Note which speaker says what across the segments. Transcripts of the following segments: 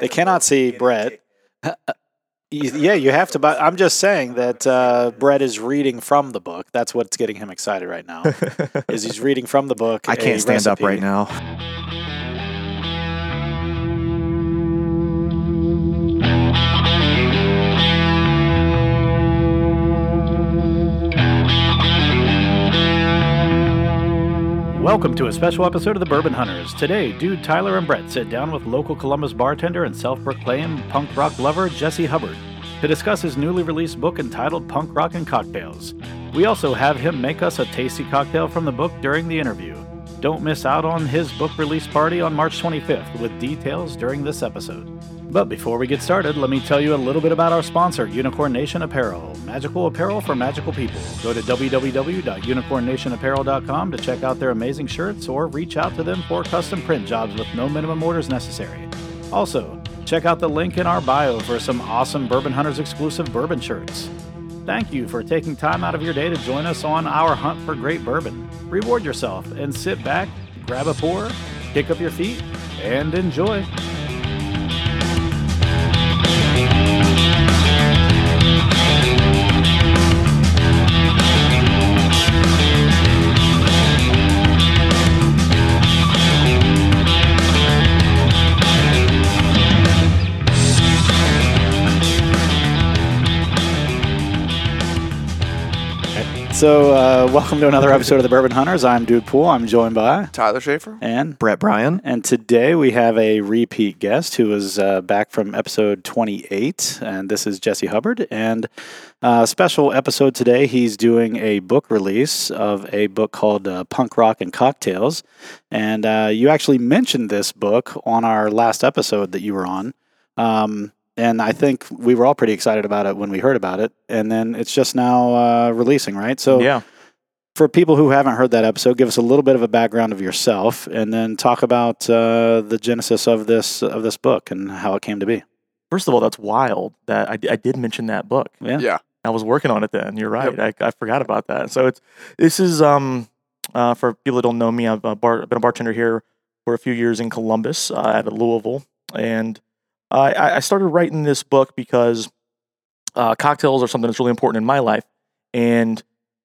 Speaker 1: They cannot see Brett. Y- yeah, you have to buy. I'm just saying that uh, Brett is reading from the book. That's what's getting him excited right now. is he's reading from the book?
Speaker 2: I can't
Speaker 1: a
Speaker 2: stand up
Speaker 1: recipe.
Speaker 2: right now.
Speaker 3: Welcome to a special episode of the Bourbon Hunters. Today, dude Tyler and Brett sit down with local Columbus bartender and self proclaimed punk rock lover Jesse Hubbard to discuss his newly released book entitled Punk Rock and Cocktails. We also have him make us a tasty cocktail from the book during the interview. Don't miss out on his book release party on March 25th with details during this episode. But before we get started, let me tell you a little bit about our sponsor, Unicorn Nation Apparel. Magical apparel for magical people. Go to www.unicornnationapparel.com to check out their amazing shirts or reach out to them for custom print jobs with no minimum orders necessary. Also, check out the link in our bio for some awesome Bourbon Hunters exclusive bourbon shirts. Thank you for taking time out of your day to join us on our hunt for great bourbon. Reward yourself and sit back, grab a pour, kick up your feet, and enjoy.
Speaker 1: So, uh, welcome to another episode of the Bourbon Hunters. I'm Dude Pool. I'm joined by
Speaker 4: Tyler Schaefer.
Speaker 1: and
Speaker 2: Brett Bryan.
Speaker 1: and today we have a repeat guest who is uh, back from episode 28, and this is Jesse Hubbard. And uh, special episode today, he's doing a book release of a book called uh, Punk Rock and Cocktails. And uh, you actually mentioned this book on our last episode that you were on. Um, and I think we were all pretty excited about it when we heard about it. And then it's just now uh, releasing, right? So
Speaker 2: Yeah.
Speaker 1: for people who haven't heard that episode, give us a little bit of a background of yourself, and then talk about uh, the genesis of this of this book and how it came to be.
Speaker 5: First of all, that's wild that I, I did mention that book.
Speaker 1: Yeah.
Speaker 4: Yeah.
Speaker 5: I was working on it then. You're right. I, I forgot about that. So it's this is um uh, for people that don't know me. I've uh, bar, been a bartender here for a few years in Columbus uh, out of Louisville, and I- I, I started writing this book because uh, cocktails are something that's really important in my life, and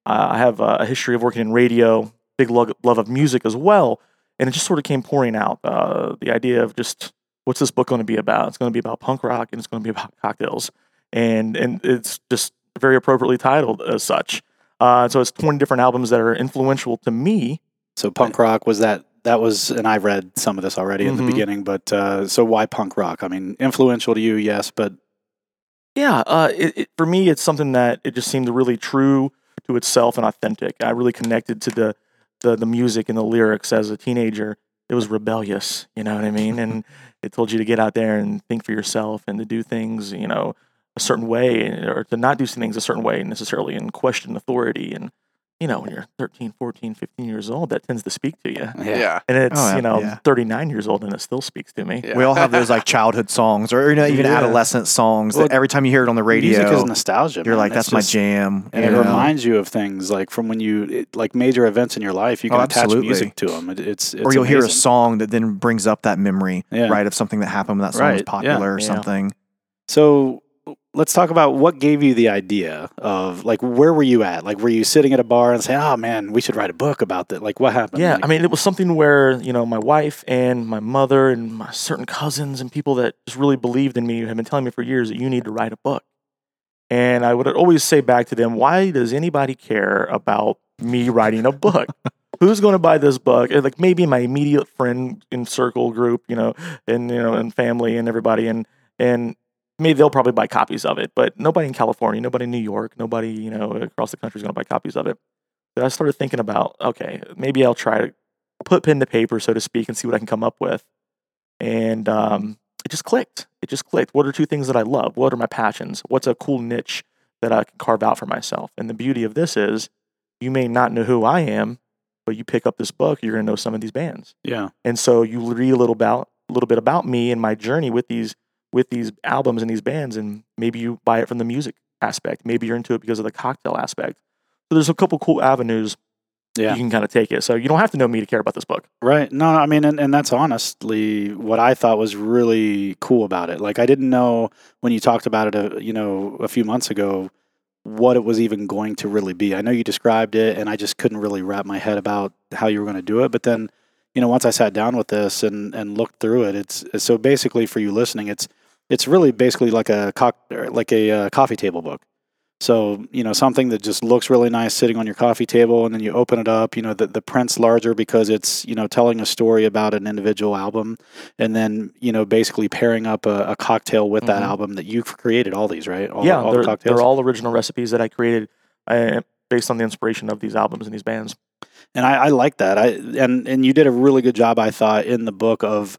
Speaker 5: uh, I have a, a history of working in radio, big lug love of music as well, and it just sort of came pouring out. Uh, the idea of just what's this book going to be about? It's going to be about punk rock and it's going to be about cocktails, and and it's just very appropriately titled as such. Uh, so it's 20 different albums that are influential to me.
Speaker 1: So punk rock was that that was, and I read some of this already in
Speaker 5: Mhm.
Speaker 2: Mm-hmm.
Speaker 1: the beginning, but uh, so why punk rock? I mean, influential to you, yes, but
Speaker 5: Yeah, uh, it, it, for me, it's something that it just seemed really true to itself and authentic. I really connected to the the, the music and the lyrics as a teenager. It was rebellious, you know what I mean? And it told you to get out there and think for yourself and to do things, you know, a certain way and- or to not do some things a certain way necessarily and question authority. And, you know, when you're 13, 14, 15 years old, that tends to speak to you.
Speaker 4: Yeah.
Speaker 5: And it's,
Speaker 2: Oh, yeah,
Speaker 5: you know,
Speaker 2: yeah.
Speaker 5: 39 years old and it still speaks to me.
Speaker 4: Yeah.
Speaker 2: We all have those like childhood songs or you know, even
Speaker 5: Yeah.
Speaker 2: adolescent songs
Speaker 1: Well,
Speaker 2: that every time you hear it on the radio,
Speaker 1: music is nostalgia.
Speaker 2: you're
Speaker 1: man.
Speaker 2: like,
Speaker 1: It's
Speaker 2: that's my
Speaker 1: just-
Speaker 2: jam.
Speaker 1: And
Speaker 2: you
Speaker 1: it
Speaker 2: know?
Speaker 1: reminds you of things like from when you it, like major events in your life. You
Speaker 2: Oh,
Speaker 1: can attach
Speaker 2: absolutely.
Speaker 1: music to them. It, it's, it's
Speaker 2: or you'll hear a
Speaker 1: amazing.
Speaker 2: song that then brings up that memory,
Speaker 1: Yeah.
Speaker 2: right, of something that happened when that song was
Speaker 1: Right, yeah,
Speaker 2: popular or
Speaker 5: yeah.
Speaker 2: something.
Speaker 1: So let's talk about what gave you the idea of like where were you at? Like were you sitting at a bar and saying, "Oh man, we should write a book about that"? Like what happened?
Speaker 5: Yeah,
Speaker 1: Like,
Speaker 5: I mean, it was something where you know my wife and my mother and my certain cousins and people that just really believed in me have been telling me for years that you need to write a book. And I would always say back to them, why does anybody care about me writing a book? Who's going to buy this book? And, Like maybe my immediate friend in circle group, you know, and you know, and family and everybody, and and maybe they'll probably buy copies of it. But nobody in California, nobody in New York, nobody you know across the country is going to buy copies of it. But I started thinking about, okay, maybe I'll try to put pen to paper, so to speak, and see what I can come up with. And um, it just clicked. It just clicked. What are two things that I love? What are my passions? What's a cool niche that I can carve out for myself? And the beauty of this is you may not know who I am, but you pick up this book, you're going to know some of these bands.
Speaker 1: yeah,
Speaker 5: And so you read a little about a little bit about me and my journey with these with these albums and these bands, and maybe you buy it from the music aspect. Maybe you're into it because of the cocktail aspect. So there's a couple cool avenues
Speaker 1: Yeah.
Speaker 5: you can kind of take it. So you don't have to know me to care about this book.
Speaker 1: Right. No, I mean, and, and that's honestly what I thought was really cool about it. Like, I didn't know when you talked about it, a, you know, a few months ago, what it was even going to really be. I know you described it, and I just couldn't really wrap my head about how you were going to do it. But then, you know, once I sat down with this and and looked through it, it's so basically for you listening, it's it's really basically like a cock, or like a uh, coffee table book. So, you know, something that just looks really nice sitting on your coffee table and then you open it up, you know, the, the print's larger because it's, you know, telling a story about an individual album and then, you know, basically pairing up a, a cocktail with that
Speaker 5: Mhm.
Speaker 1: album that you've created all these, right? All,
Speaker 5: yeah,
Speaker 1: all
Speaker 5: they're,
Speaker 1: the cocktails.
Speaker 5: they're all original recipes that I created uh, based on the inspiration of these albums and these bands.
Speaker 1: and I, I like that. I and and you did a really good job, I thought, in the book of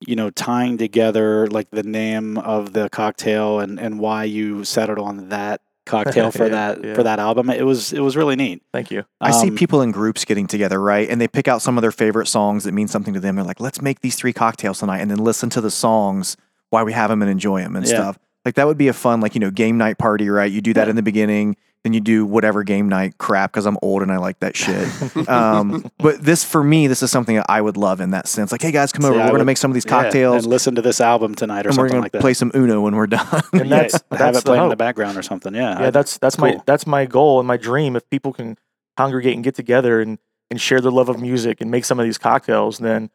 Speaker 1: you know tying together like the name of the cocktail and and why you settled on that cocktail for
Speaker 5: Yeah,
Speaker 1: that
Speaker 5: yeah.
Speaker 1: for that album. It was it was really neat.
Speaker 5: Thank you.
Speaker 2: I see
Speaker 1: Um,
Speaker 2: people in groups getting together, right? And they pick out some of their favorite songs that mean something to them. They're like, let's make these three cocktails tonight and then listen to the songs why we have them and enjoy them and
Speaker 1: Yeah.
Speaker 2: stuff. Like that would be a fun, like, you know, game night party, right? You do that in the beginning, then you do whatever game night crap because I'm old and I like that shit. um, but this, for me, this is something that I would love in that sense. Like, hey guys, come
Speaker 1: See,
Speaker 2: over.
Speaker 1: I
Speaker 2: We're going to
Speaker 1: would-
Speaker 2: make some of these
Speaker 1: Yeah,
Speaker 2: cocktails
Speaker 1: and listen to this album tonight or
Speaker 2: and we're
Speaker 1: something
Speaker 2: going
Speaker 1: like
Speaker 2: to
Speaker 1: that.
Speaker 2: play some Uno when we're done.
Speaker 5: And
Speaker 1: Yeah,
Speaker 5: that's
Speaker 1: have
Speaker 5: that's
Speaker 1: it
Speaker 5: the
Speaker 1: playing in
Speaker 5: hope.
Speaker 1: the background or something. Yeah,
Speaker 5: yeah, that's that's my
Speaker 1: cool.
Speaker 5: that's my goal and my dream. If people can congregate and get together and and share their love of music and make some of these cocktails, then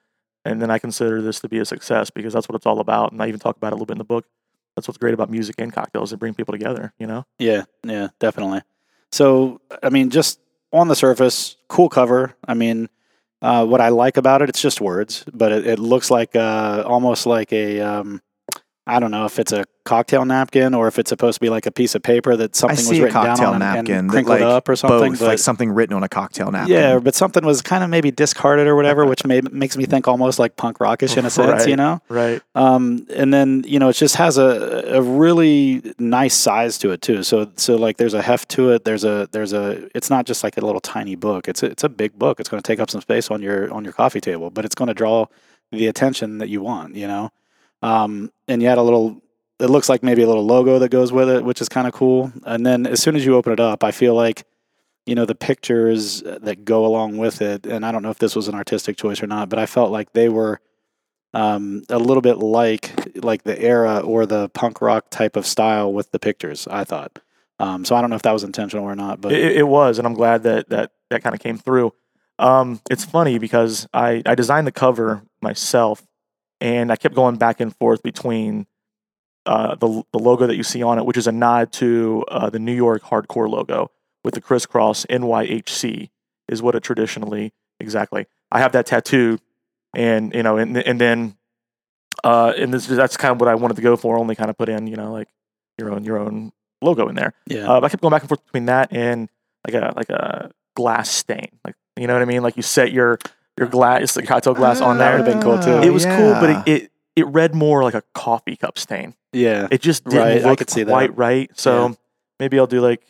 Speaker 5: and then I consider this to be a success because that's what it's all about. And I even talk about it a little bit in the book. That's what's great about music and cocktails. They bring people together. You know,
Speaker 1: Yeah, yeah, definitely. So, I mean, just on the surface, cool cover. I mean, uh, what I like about it, it's just words, but it, it looks like uh, almost like a. Um, I don't know if it's a cocktail napkin or if it's supposed to be like a piece of paper that
Speaker 2: I
Speaker 1: something was
Speaker 2: see a
Speaker 1: written
Speaker 2: cocktail
Speaker 1: down on and-
Speaker 2: napkin
Speaker 1: and
Speaker 2: that,
Speaker 1: crinkled
Speaker 2: like,
Speaker 1: up or something.
Speaker 2: both,
Speaker 1: but-
Speaker 2: like something written on a cocktail napkin.
Speaker 1: yeah, but something was kind of maybe discarded or whatever, which may, makes me think almost like punk rockish in a sense, you
Speaker 5: Right.
Speaker 1: know?
Speaker 5: right?
Speaker 1: Um, and then you know it just has a, a really nice size to it too. So so like there's a heft to it. There's a there's a it's not just like a little tiny book. It's a, it's a big book. It's going to take up some space on your on your coffee table, but it's going to draw the attention that you want. You know, um, and you had a little. It looks like maybe a little logo that goes with it, which is kind of cool. And then as soon as you open it up, I feel like you know the pictures that go along with it. And I don't know if this was an artistic choice or not, but I felt like they were um, a little bit like like the era or the punk rock type of style with the pictures. I thought. Um, so I don't know if that was intentional or not, but
Speaker 5: It, it- it was, and I'm glad that that that kind of came through. Um, it's funny because I I designed the cover myself, and I kept going back and forth between uh, the the logo that you see on it, which is a nod to uh, the New York hardcore logo with the crisscross NYHC is what it traditionally exactly. I have that tattoo, and you know, and and then uh, and this that's kind of what I wanted to go for. Only kind of put in you know like your own your own logo in there.
Speaker 1: yeah,
Speaker 5: Uh, but I kept going back and forth between that and like a like a glass stain. Like you know what I mean? Like you set your your glass, the cocktail glass on
Speaker 1: that
Speaker 5: there.
Speaker 1: would've been cool, too.
Speaker 5: it was cool,
Speaker 2: yeah.
Speaker 5: but it, it it read more like a coffee cup stain.
Speaker 1: yeah,
Speaker 5: It just didn't
Speaker 1: Right, I
Speaker 5: look
Speaker 1: could see that.
Speaker 5: quite right. So maybe I'll do like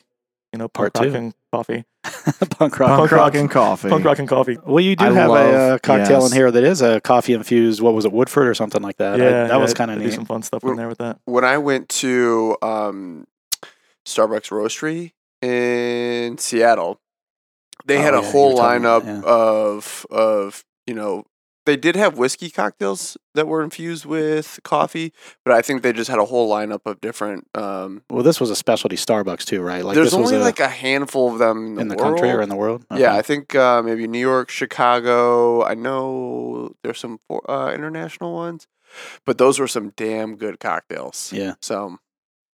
Speaker 5: you know punk
Speaker 1: Part
Speaker 5: rock
Speaker 1: two.
Speaker 5: and coffee,
Speaker 1: punk rock.
Speaker 2: punk,
Speaker 5: Punk
Speaker 2: rock
Speaker 5: rock.
Speaker 2: and coffee.
Speaker 5: punk rock and coffee.
Speaker 1: Well, you do
Speaker 2: I
Speaker 1: have a
Speaker 2: love-
Speaker 1: uh, cocktail
Speaker 2: yes.
Speaker 1: in here that is a coffee infused. What was it, Woodford or something like that? I- that was kind of
Speaker 5: I do
Speaker 1: neat.
Speaker 5: some fun stuff in there with that.
Speaker 4: when I went to um, Starbucks Roastery in Seattle, they
Speaker 1: Oh,
Speaker 4: had
Speaker 1: yeah,
Speaker 4: a
Speaker 1: you were
Speaker 4: whole
Speaker 1: telling me that,
Speaker 4: lineup
Speaker 1: yeah.
Speaker 4: of of you know they did have whiskey cocktails that were infused with coffee, but I think they just had a whole lineup of different. Um,
Speaker 1: Well, this was a specialty Starbucks too, right? Like
Speaker 4: there's
Speaker 1: this was
Speaker 4: only
Speaker 1: a,
Speaker 4: like a handful of them in the,
Speaker 1: in the country or
Speaker 4: world.
Speaker 1: in the world.
Speaker 4: Yeah,
Speaker 1: Okay.
Speaker 4: I think uh, maybe New York, Chicago. I know there's some for- uh, international ones, but those were some damn good cocktails.
Speaker 1: yeah.
Speaker 4: So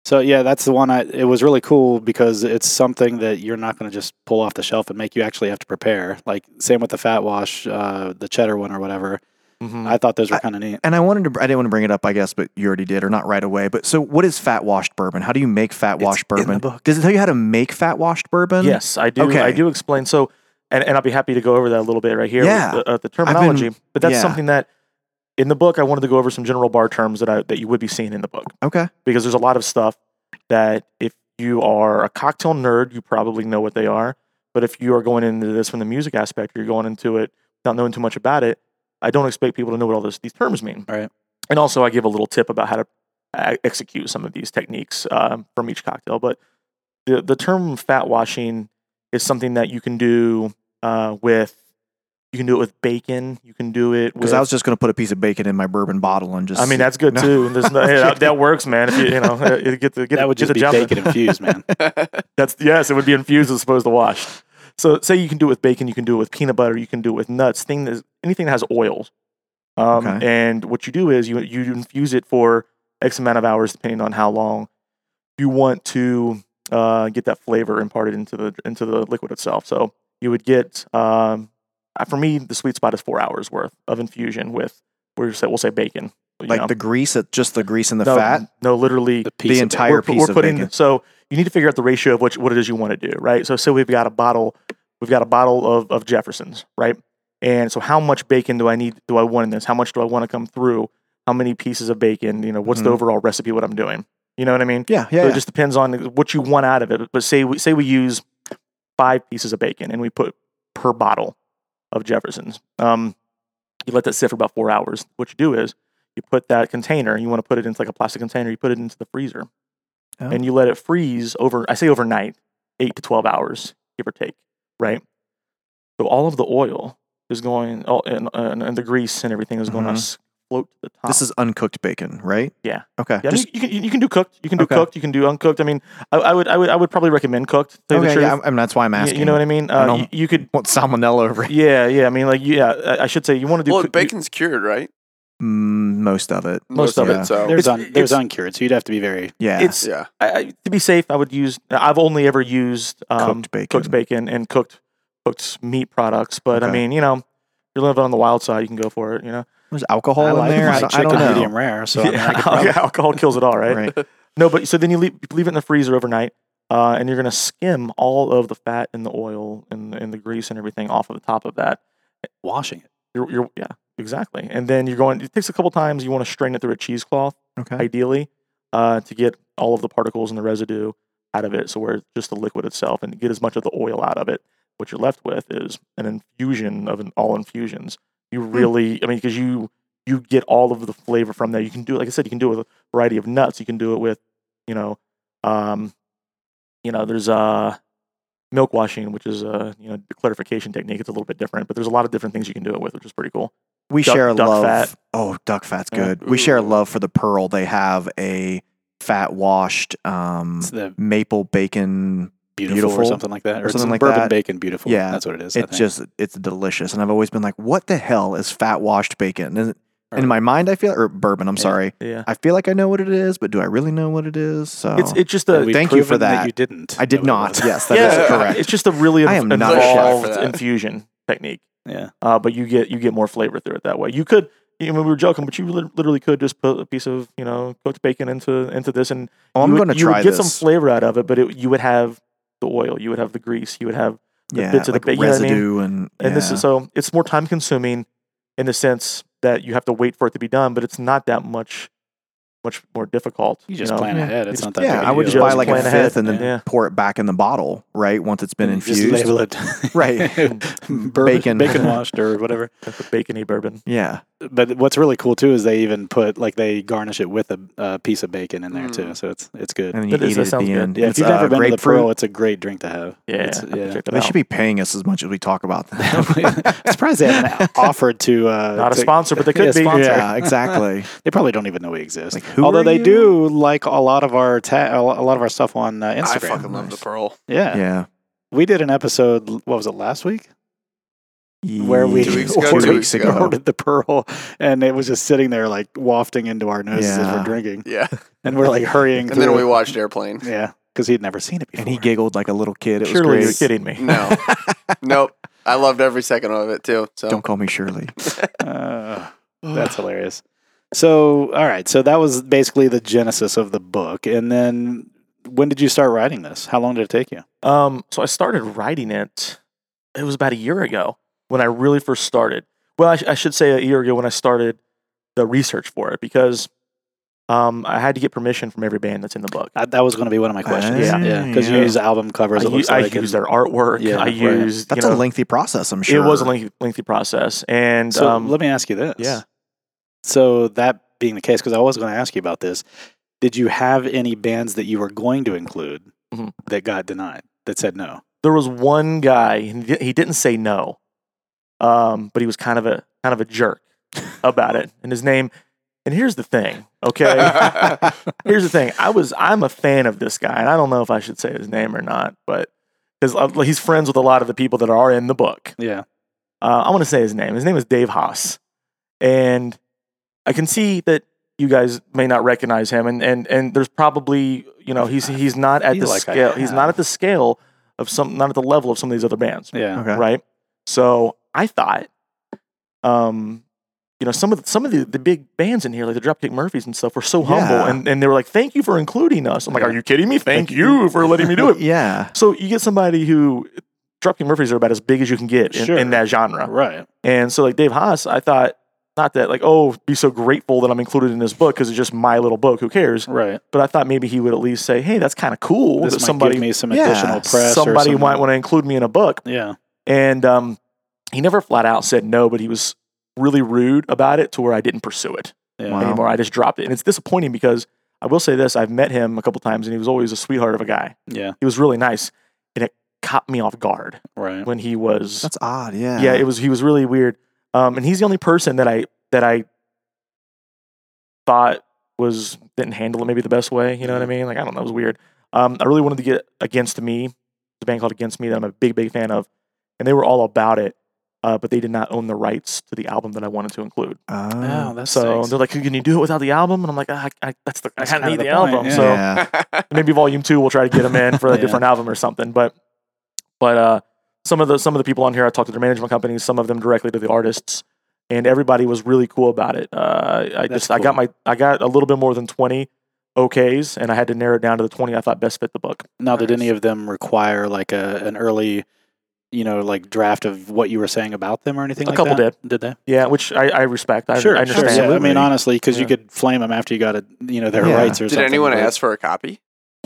Speaker 1: So yeah, that's the one. I it was really cool because it's something that you're not going to just pull off the shelf and make. You actually have to prepare. Like same with the fat wash, uh, the cheddar one or whatever.
Speaker 5: Mhm.
Speaker 1: I thought those were kind of neat.
Speaker 2: And I wanted to, I didn't want to bring it up, I guess, but you already did, or not right away. But so, what is fat washed bourbon? How do you make fat washed
Speaker 1: in the
Speaker 2: bourbon?
Speaker 1: book.
Speaker 2: Does it tell you how to make fat washed bourbon?
Speaker 5: Yes, I do. I
Speaker 2: Okay.
Speaker 5: do explain. So, and, and I'll be happy to go over that a little bit right here.
Speaker 2: Yeah.
Speaker 5: With the, uh, the terminology, but that's
Speaker 2: yeah.
Speaker 5: something that in the book I wanted to go over some general bar terms that I that you would be seeing in the book
Speaker 2: Okay.
Speaker 5: because there's a lot of stuff that if you are a cocktail nerd, you probably know what they are. But if you are going into this from the music aspect, you're going into it not knowing too much about it. I don't expect people to know what all this, these terms mean.
Speaker 1: Right.
Speaker 5: And also, I give a little tip about how to uh, execute some of these techniques um, from each cocktail. But the the term fat washing is something that you can do uh, with you can do it with bacon. You can do it
Speaker 2: Because
Speaker 5: with-
Speaker 2: I was just going to put a piece of bacon in my bourbon bottle and just.
Speaker 5: I mean, that's good
Speaker 2: No.
Speaker 5: too. There's no,
Speaker 2: I'm
Speaker 5: yeah, that,
Speaker 2: kidding.
Speaker 5: that works, man. If you, you know, uh, get the get,
Speaker 1: that
Speaker 5: the-
Speaker 1: would just
Speaker 5: get the
Speaker 1: be
Speaker 5: job done.
Speaker 1: bacon infused, man.
Speaker 5: That's yes, it would be infused as opposed to washed. So say you can do it with bacon, you can do it with peanut butter, you can do it with nuts, thing that anything that has oils. Um,
Speaker 2: Okay.
Speaker 5: And what you do is you you infuse it for X amount of hours, depending on how long you want to uh, get that flavor imparted into the into the liquid itself. So you would get um, uh, for me the sweet spot is four hours worth of infusion with we'll say, we'll say bacon. you
Speaker 2: like
Speaker 5: know.
Speaker 2: the grease, it- just the grease and the
Speaker 5: no,
Speaker 2: fat,
Speaker 5: No, literally
Speaker 1: The,
Speaker 2: the
Speaker 1: piece of
Speaker 2: entire
Speaker 5: pu-
Speaker 2: piece of
Speaker 5: putting,
Speaker 2: bacon.
Speaker 5: So you need to figure out the ratio of which, what it is you want to do, right? So say we've got a bottle, we've got a bottle of, of Jefferson's, right? And so how much bacon do I need? Do I want in this? How much do I want to come through? How many pieces of bacon? You know, what's the
Speaker 2: Mhm.
Speaker 5: overall recipe? What I'm doing? You know what I mean?
Speaker 2: Yeah, yeah.
Speaker 5: so
Speaker 2: yeah.
Speaker 5: it just depends on what you want out of it. But say we say we use five pieces of bacon and we put per bottle of Jefferson's. Um, you let that sit for about four hours. What you do is you put that container. You want to put it into like a plastic container. You put it into the freezer,
Speaker 2: Oh.
Speaker 5: and you let it freeze over. I say overnight, eight to twelve hours, give or take. Right. So all of the oil is going, all, and, and, and the grease and everything is going
Speaker 2: Mhm.
Speaker 5: to s- float to the top.
Speaker 2: this is uncooked bacon, right?
Speaker 5: Uh, Yeah.
Speaker 2: Okay.
Speaker 5: Yeah, I mean,
Speaker 2: just,
Speaker 5: you can you can do cooked. You can do
Speaker 2: Okay.
Speaker 5: cooked. You can do uncooked. I mean, I, I would I would I would probably recommend cooked. To tell you
Speaker 2: okay,
Speaker 5: the truth.
Speaker 2: yeah, I mean, that's why I'm
Speaker 5: You-
Speaker 2: asking.
Speaker 5: You, know what I mean?
Speaker 2: I
Speaker 5: Uh,
Speaker 2: don't-
Speaker 5: you, you could.
Speaker 2: Want salmonella over
Speaker 5: Yeah, yeah. I mean, like, yeah. I, I should say you want to do
Speaker 4: well,
Speaker 5: cook-
Speaker 4: bacon's cured, right?
Speaker 2: Mm, most of it.
Speaker 5: Most of
Speaker 2: it.
Speaker 4: So
Speaker 1: There's,
Speaker 5: It's-
Speaker 1: un, there's
Speaker 5: it's-
Speaker 1: uncured, so you'd have to be very.
Speaker 2: Yeah.
Speaker 5: It's
Speaker 4: yeah,
Speaker 5: I, I, to be safe. I would use. I've only ever used um,
Speaker 2: cooked bacon.
Speaker 5: cooked bacon and cooked cooked meat products. But I
Speaker 2: Okay.
Speaker 5: mean, you know, you're living on the wild side. You can go for it. You know,
Speaker 2: There's alcohol
Speaker 1: I
Speaker 2: in
Speaker 1: like
Speaker 2: there. I
Speaker 1: my
Speaker 2: don't, I
Speaker 1: chicken
Speaker 2: don't know.
Speaker 1: medium rare, so I mean, I could
Speaker 5: yeah,
Speaker 1: probably-
Speaker 5: alcohol kills it all, right?
Speaker 2: Right.
Speaker 5: No, but so then you leave, leave it in the freezer overnight, uh, and you're going to skim all of the fat and the oil and, and the grease and everything off of the top of that.
Speaker 1: washing it.
Speaker 5: You're, you're, yeah, exactly. And then you're going, it takes a couple times. You want to strain it through a cheesecloth,
Speaker 2: Okay.
Speaker 5: ideally, uh, to get all of the particles and the residue out of it. So where it's just the liquid itself and get as much of the oil out of it. What you're left with is an infusion of an, all infusions. You really, I mean, because you, you get all of the flavor from there. You can do, like I said, you can do it with a variety of nuts. You can do it with, you know, um, you know, there's uh, milk washing, which is a you know clarification technique. It's a little bit different, but there's a lot of different things you can do it with, which is pretty cool.
Speaker 2: We
Speaker 5: duck-
Speaker 2: share a
Speaker 5: duck
Speaker 2: love.
Speaker 5: fat.
Speaker 2: Oh, duck fat's
Speaker 5: Yeah.
Speaker 2: good. We share a
Speaker 4: Ooh.
Speaker 2: love for the pearl. They have a fat washed um,
Speaker 1: It's the
Speaker 2: maple bacon.
Speaker 1: beautiful, or
Speaker 2: Beautiful,
Speaker 1: something like that,
Speaker 2: or
Speaker 1: or,
Speaker 2: something
Speaker 1: something
Speaker 2: like
Speaker 1: bourbon
Speaker 2: that.
Speaker 1: bacon beautiful.
Speaker 2: Yeah,
Speaker 1: that's what it is. I
Speaker 2: It's
Speaker 1: think.
Speaker 2: just it's delicious, and I've always been like, what the hell is fat washed bacon? And in
Speaker 1: Or-
Speaker 2: my mind, I feel or bourbon. I'm sorry.
Speaker 5: Yeah,
Speaker 2: I feel like I know what it is, but do I really know what it is? So
Speaker 5: it's it's just
Speaker 1: But
Speaker 5: a
Speaker 1: we've
Speaker 2: thank you for
Speaker 1: proven
Speaker 2: that.
Speaker 1: You didn't.
Speaker 2: I did
Speaker 1: That
Speaker 2: not.
Speaker 1: was-
Speaker 2: Yes, that is
Speaker 5: yeah,
Speaker 2: correct.
Speaker 5: It's just a really
Speaker 2: I
Speaker 5: inv-
Speaker 2: am not a chef for
Speaker 5: involved
Speaker 4: that.
Speaker 5: infusion technique.
Speaker 1: Yeah.
Speaker 5: uh, but you get you get more flavor through it that way. You could. You know, we were joking, but you lit- literally could just put a piece of you know cooked bacon into into this, and
Speaker 2: oh, I'm
Speaker 5: you would-
Speaker 2: going to
Speaker 5: you would
Speaker 2: try
Speaker 5: get
Speaker 2: this.
Speaker 5: some flavor out of it. But it, you would have the oil, you would have the grease, you would have the
Speaker 2: yeah,
Speaker 5: bits of the
Speaker 2: like
Speaker 5: ba- you know what I mean?
Speaker 2: residue and
Speaker 5: And this
Speaker 2: yeah.
Speaker 5: is so it's more time consuming in the sense that you have to wait for it to be done, but it's not that much much more difficult.
Speaker 1: You just
Speaker 5: know?
Speaker 1: plan
Speaker 2: Yeah.
Speaker 1: ahead. It's
Speaker 5: Just-
Speaker 1: not that.
Speaker 2: yeah,
Speaker 1: big
Speaker 2: I
Speaker 1: a
Speaker 2: would
Speaker 1: deal.
Speaker 2: just buy
Speaker 5: Just
Speaker 2: like a
Speaker 5: plan
Speaker 2: fifth
Speaker 5: ahead.
Speaker 2: and then
Speaker 5: Yeah.
Speaker 2: pour it back in the bottle, right? Once it's been infused.
Speaker 1: Just label it.
Speaker 2: Right.
Speaker 1: right.
Speaker 2: Bacon.
Speaker 1: bacon. Bacon washed or whatever.
Speaker 5: That's a bacony bourbon.
Speaker 2: Yeah.
Speaker 1: But what's really cool too is they even put like they garnish it with a, a piece of bacon in there
Speaker 4: Mm.
Speaker 1: too. So it's it's good.
Speaker 2: And then you
Speaker 5: That is-
Speaker 2: eat
Speaker 5: that
Speaker 2: it at
Speaker 5: sounds
Speaker 2: the
Speaker 5: good.
Speaker 2: end.
Speaker 1: yeah,
Speaker 2: It's,
Speaker 1: if you've
Speaker 2: uh,
Speaker 1: never been to the
Speaker 2: grapefruit.
Speaker 1: Pearl, it's a great drink to have.
Speaker 5: Yeah,
Speaker 1: It's-
Speaker 5: I have to
Speaker 1: yeah.
Speaker 5: check that
Speaker 2: They
Speaker 5: out.
Speaker 2: should be paying us as much as we talk about them.
Speaker 1: I'm surprised they haven't offered to. Uh,
Speaker 5: not a
Speaker 1: to-
Speaker 5: sponsor, but they could
Speaker 1: Yeah,
Speaker 5: be.
Speaker 1: sponsor.
Speaker 2: yeah, exactly.
Speaker 1: They probably don't even know we exist.
Speaker 2: Like, who
Speaker 1: Although
Speaker 2: are
Speaker 1: they
Speaker 2: you?
Speaker 1: do like a lot of our ta- a lo- a lot of our stuff on uh, Instagram.
Speaker 4: I fucking love the pearl.
Speaker 1: yeah.
Speaker 2: Yeah.
Speaker 1: we did an episode. What was it last week? Where we
Speaker 4: Two weeks ago,
Speaker 1: ordered,
Speaker 4: two weeks ago.
Speaker 1: ordered the pearl, and it was just sitting there like wafting into our noses as
Speaker 2: Yeah.
Speaker 1: we're drinking,
Speaker 4: Yeah,
Speaker 1: and we're like hurrying.
Speaker 4: and then we
Speaker 1: through
Speaker 4: watched Airplane.
Speaker 1: it. yeah, because he'd never seen it before.
Speaker 2: And he giggled like a little kid. It
Speaker 5: Surely you're
Speaker 2: was great.
Speaker 5: kidding me.
Speaker 4: No, nope. I loved every second of it too. So
Speaker 2: Don't call me Shirley.
Speaker 1: Uh, that's hilarious. So, all right. So that was basically the genesis of the book. And then, when did you start writing this? How long did it take you?
Speaker 5: Um, so I started writing it. It was about a year ago when I really first started. Well, I, sh- I should say a year ago when I started the research for it because um, I had to get permission from every band that's in the book.
Speaker 1: I, that was going to be one of my questions.
Speaker 2: Ah,
Speaker 1: yeah, because
Speaker 2: yeah.
Speaker 1: you use album covers.
Speaker 5: I,
Speaker 1: it looks
Speaker 5: u- I
Speaker 1: like, and-
Speaker 5: used their artwork.
Speaker 1: Yeah,
Speaker 5: I
Speaker 1: right.
Speaker 5: used
Speaker 2: That's
Speaker 5: you know,
Speaker 2: a lengthy process, I'm sure.
Speaker 5: It was a lengthy, lengthy process, and
Speaker 1: So
Speaker 5: um,
Speaker 1: let me ask you this.
Speaker 5: yeah.
Speaker 1: So that being the case, because I was going to ask you about this, did you have any bands that you were going to include
Speaker 5: Mhm.
Speaker 1: that got denied? That said no.
Speaker 5: there was one guy and he he didn't say no, um, but he was kind of a kind of a jerk about it. And his name. And here's the thing, okay? here's the thing. I was I'm a fan of this guy, and I don't know if I should say his name or not, but because he's friends with a lot of the people that are in the book
Speaker 1: Yeah.
Speaker 5: uh, I want to say his name. His name is Dave Haas. And I can see that you guys may not recognize him. And, and, and there's probably, you know, he's, he's not at
Speaker 1: Feel
Speaker 5: the
Speaker 1: like I
Speaker 5: scale. He's
Speaker 1: have.
Speaker 5: not at the scale of some, not at the level of some of these other bands.
Speaker 1: Yeah.
Speaker 2: Okay.
Speaker 5: Right. So I thought, um, you know, some of the, some of the, the big bands in here, like the Dropkick Murphys and stuff, were so humble,
Speaker 2: Yeah.
Speaker 5: and, and they were like, "Thank you for including us." I'm like, "Are you kidding me? Thank you for letting me do it."
Speaker 2: Yeah.
Speaker 5: So you get somebody who Dropkick Murphys are about as big as you can get in,
Speaker 1: Sure.
Speaker 5: in that genre,
Speaker 1: Right.
Speaker 5: and so like Dave Haas, I thought not that like oh be so grateful that I'm included in this book because it's just my little book. Who cares?
Speaker 1: Right.
Speaker 5: But I thought maybe he would at least say, hey, that's kind of cool
Speaker 1: This
Speaker 5: that
Speaker 1: might
Speaker 5: somebody
Speaker 1: give me some
Speaker 2: yeah,
Speaker 1: additional press. or
Speaker 5: somebody
Speaker 1: some-
Speaker 5: might want to include me in a book.
Speaker 1: Yeah.
Speaker 5: And um, he never flat out said no, but he was really rude about it to where I didn't pursue it
Speaker 1: Yeah.
Speaker 2: Wow.
Speaker 5: anymore. I just dropped it, and it's disappointing because I will say this: I've met him a couple times, and he was always a sweetheart of a guy.
Speaker 1: Yeah.
Speaker 5: He was really nice, and it caught me off guard
Speaker 1: Right.
Speaker 5: when he was
Speaker 2: That's odd. Yeah.
Speaker 5: yeah,
Speaker 1: Uh-huh.
Speaker 5: it was he was really weird. Um, and he's the only person that I that I thought was didn't handle it maybe the best way. You know what
Speaker 1: Mm-hmm.
Speaker 5: I mean? Like I don't know, it was weird. Um, I really wanted to get against me. There's a band called Against Me that I'm a big big fan of, and they were all about it. Uh, but they did not own the rights to the album that I wanted to include.
Speaker 1: Wow,
Speaker 2: Oh.
Speaker 1: that's
Speaker 5: so they're like, "Can you do it without the album?" And I'm like, ah, I, I, "That's the
Speaker 1: That's
Speaker 5: I kind of
Speaker 1: kinda
Speaker 5: need
Speaker 1: the
Speaker 5: the,
Speaker 1: point,
Speaker 5: album."
Speaker 1: yeah.
Speaker 5: So
Speaker 2: Yeah.
Speaker 5: maybe volume two we'll try to get them in for a
Speaker 1: Yeah.
Speaker 5: different album or something but but uh some of the some of the people on here i talked to their management companies some of them directly to the artists and everybody was really cool about it uh i
Speaker 1: That's
Speaker 5: just i got my i got a little bit more than 20 okays and i had to narrow it down to the 20 i thought best fit the book
Speaker 1: Now, did any of them require like a an early, you know, like draft of what you were saying about them or anything?
Speaker 5: A
Speaker 1: like
Speaker 5: couple
Speaker 1: that? did. they?
Speaker 5: yeah which i, I respect I, I understand
Speaker 1: Yeah, I
Speaker 2: Absolutely.
Speaker 1: mean, honestly, because you
Speaker 5: Yeah.
Speaker 1: could flame them after you got a, you know, their
Speaker 2: Yeah.
Speaker 1: rights or
Speaker 4: Did
Speaker 1: something.
Speaker 4: anyone
Speaker 1: but
Speaker 4: ask for a copy?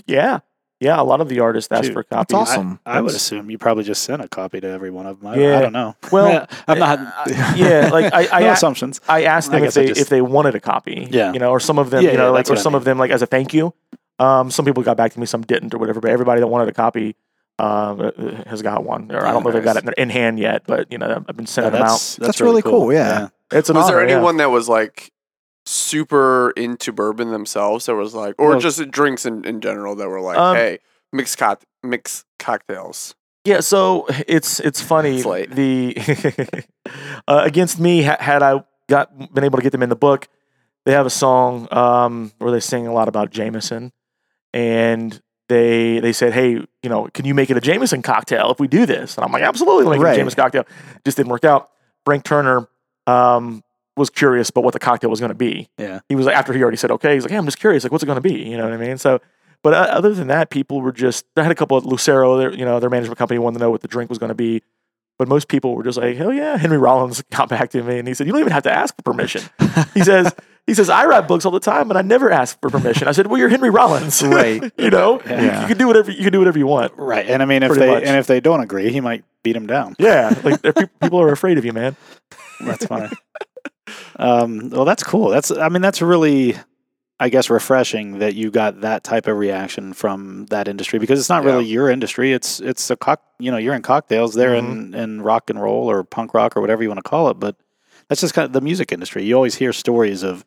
Speaker 5: yeah yeah a lot of the artists asked
Speaker 1: Dude,
Speaker 5: for
Speaker 2: That's
Speaker 5: copies
Speaker 2: awesome.
Speaker 1: I would assume you probably just sent a copy to every one of them. I, I
Speaker 5: Yeah.
Speaker 1: don't know.
Speaker 5: Well,
Speaker 1: I'm not.
Speaker 5: I- yeah, like, I- I-
Speaker 1: no assumptions.
Speaker 5: I asked
Speaker 1: I
Speaker 5: them if
Speaker 1: guess I
Speaker 5: they
Speaker 1: just-
Speaker 5: if they wanted a copy.
Speaker 1: Yeah.
Speaker 5: You know, or some of them,
Speaker 1: Yeah,
Speaker 5: you know,
Speaker 1: yeah,
Speaker 5: like
Speaker 1: that's
Speaker 5: or
Speaker 1: what I
Speaker 5: some of them like as a thank you. Um, some people got back to me, some didn't or whatever, but everybody that wanted a copy um, uh, has got one. Or I don't know if they've got it in in hand yet, but you know, I've been sending them out.
Speaker 1: Oh, that's,
Speaker 2: That's really cool, yeah.
Speaker 5: It's an
Speaker 4: was there
Speaker 5: honor, yeah.
Speaker 4: anyone that was like super into bourbon themselves that was like, or
Speaker 1: Well-
Speaker 4: just drinks in, in general that were like,
Speaker 5: Um,
Speaker 4: hey, mix cock mix cocktails.
Speaker 5: Yeah, so it's it's funny.
Speaker 4: It's late.
Speaker 5: The uh, against me ha- had I got been able to get them in the book, they have a song um, where they sing a lot about Jameson, and they they said, hey, you know, can you make it a Jameson cocktail if we do this? And I'm like, absolutely, we'll make it
Speaker 2: Right.
Speaker 5: a Jameson cocktail. Just didn't work out. Frank Turner um, was curious about what the cocktail was going to be.
Speaker 1: Yeah.
Speaker 5: he was like after he already said okay, he's like, hey, I'm just curious, like what's it going to be? You know what I mean? So but uh, other than that, people were just. I had a couple of Lucero, their, you know, their management company wanted to know what the drink was going to be, but most people were just like, "Hell yeah!" Henry Rollins got back to me and he said, "You don't even have to ask for permission." he says, "He says I write books all the time, and I never ask for permission." I said, "Well, you're Henry Rollins,
Speaker 2: Right.
Speaker 5: you know,
Speaker 1: Yeah.
Speaker 5: you, you can do whatever you can do whatever you want."
Speaker 1: Right, and I mean, if
Speaker 5: Pretty
Speaker 1: they
Speaker 5: much.
Speaker 1: and if they don't agree, he might beat them down.
Speaker 5: Yeah, like they're peop- people are afraid of you, man.
Speaker 1: That's funny. um, well, that's cool. That's I mean, that's really, I guess, refreshing that you got that type of reaction from that industry because it's not really your industry. It's it's a cock. You know, you're in cocktails. They're
Speaker 5: Mm-hmm.
Speaker 1: in in rock and roll or punk rock or whatever you want to call it. But that's just kind of the music industry. You always hear stories of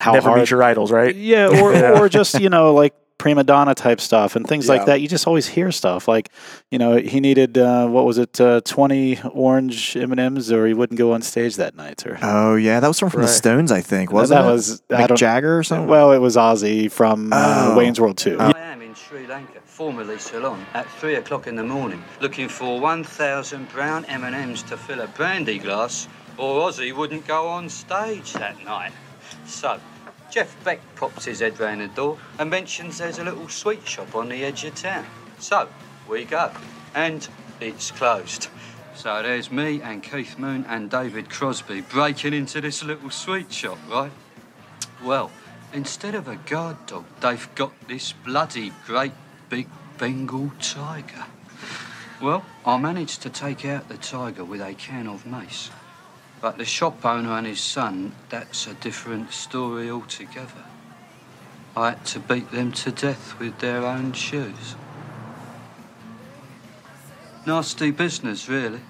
Speaker 1: how
Speaker 5: never
Speaker 1: hard
Speaker 5: meet your idols, right?
Speaker 1: yeah, or
Speaker 5: Yeah.
Speaker 1: or just you know like prima donna type stuff and things
Speaker 4: Yeah.
Speaker 1: like that. You just always hear stuff like, you know, he needed uh, what was it, uh, twenty orange M and M's, or he wouldn't go on stage that night, or
Speaker 2: Oh yeah, that was someone from the
Speaker 5: Right.
Speaker 2: Stones, I think.
Speaker 1: Well,
Speaker 2: Wasn't
Speaker 1: that
Speaker 2: it?
Speaker 1: was I
Speaker 2: Mick
Speaker 1: don't.
Speaker 2: Jagger or something?
Speaker 1: Well, it was Ozzy from uh,
Speaker 2: Oh.
Speaker 1: Wayne's World Two.
Speaker 6: I am in Sri Lanka, formerly Ceylon, at three o'clock in the morning, looking for 1,000 brown M&Ms to fill a brandy glass, or Ozzy wouldn't go on stage that night. So, Jeff Beck pops his head round the door and mentions there's a little sweet shop on the edge of town. So, we go, and it's closed. So there's me and Keith Moon and David Crosby breaking into this little sweet shop, right? Well, instead of a guard dog, they've got this bloody great big Bengal tiger. Well, I managed to take out the tiger with a can of mace. But the shop owner and his son, that's a different story altogether. I had to beat them to death with their own shoes. Nasty business, really.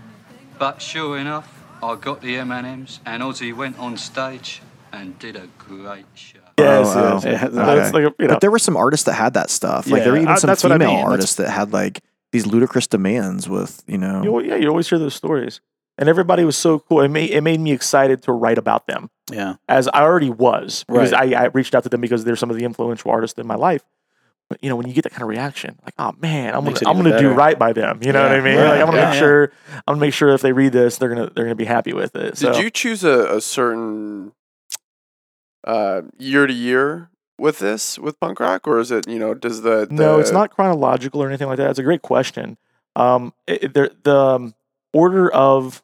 Speaker 6: But sure enough, I got the M&Ms and Ozzy went on stage and did a great show.
Speaker 5: Yes,
Speaker 2: wow.
Speaker 5: yes.
Speaker 1: Oh, Yeah,
Speaker 5: That's like a, you know,
Speaker 2: But there were some artists that had that stuff. Like there were
Speaker 1: Yeah,
Speaker 2: even
Speaker 1: I-
Speaker 2: some
Speaker 1: that's what I
Speaker 2: female
Speaker 1: mean. That's-
Speaker 2: artists that had like these ludicrous demands with you know.
Speaker 1: Oh.
Speaker 5: you, al- yeah, you always hear those stories, and everybody was so cool. It made it made me excited to write about them.
Speaker 1: Yeah.
Speaker 5: as I already was because
Speaker 1: Right.
Speaker 5: I, I reached out to them because they're some of the influential artists in my life. But you know, when you get that kind of reaction, like, oh man, I'm
Speaker 1: Makes
Speaker 5: gonna, I'm
Speaker 1: it even
Speaker 5: gonna do
Speaker 1: better.
Speaker 5: right by them. You know what I
Speaker 1: Yeah,
Speaker 5: mean?
Speaker 1: yeah,
Speaker 5: like, I'm gonna
Speaker 1: yeah,
Speaker 5: make
Speaker 1: yeah.
Speaker 5: sure I'm gonna make sure if they read this, they're gonna they're gonna be happy with it. So
Speaker 4: Did you choose a, a certain uh, year to year with this with punk rock, or is it you know does the, the
Speaker 5: no, it's not chronological or anything like that. It's a great question. Um, it, it- there- the um, order of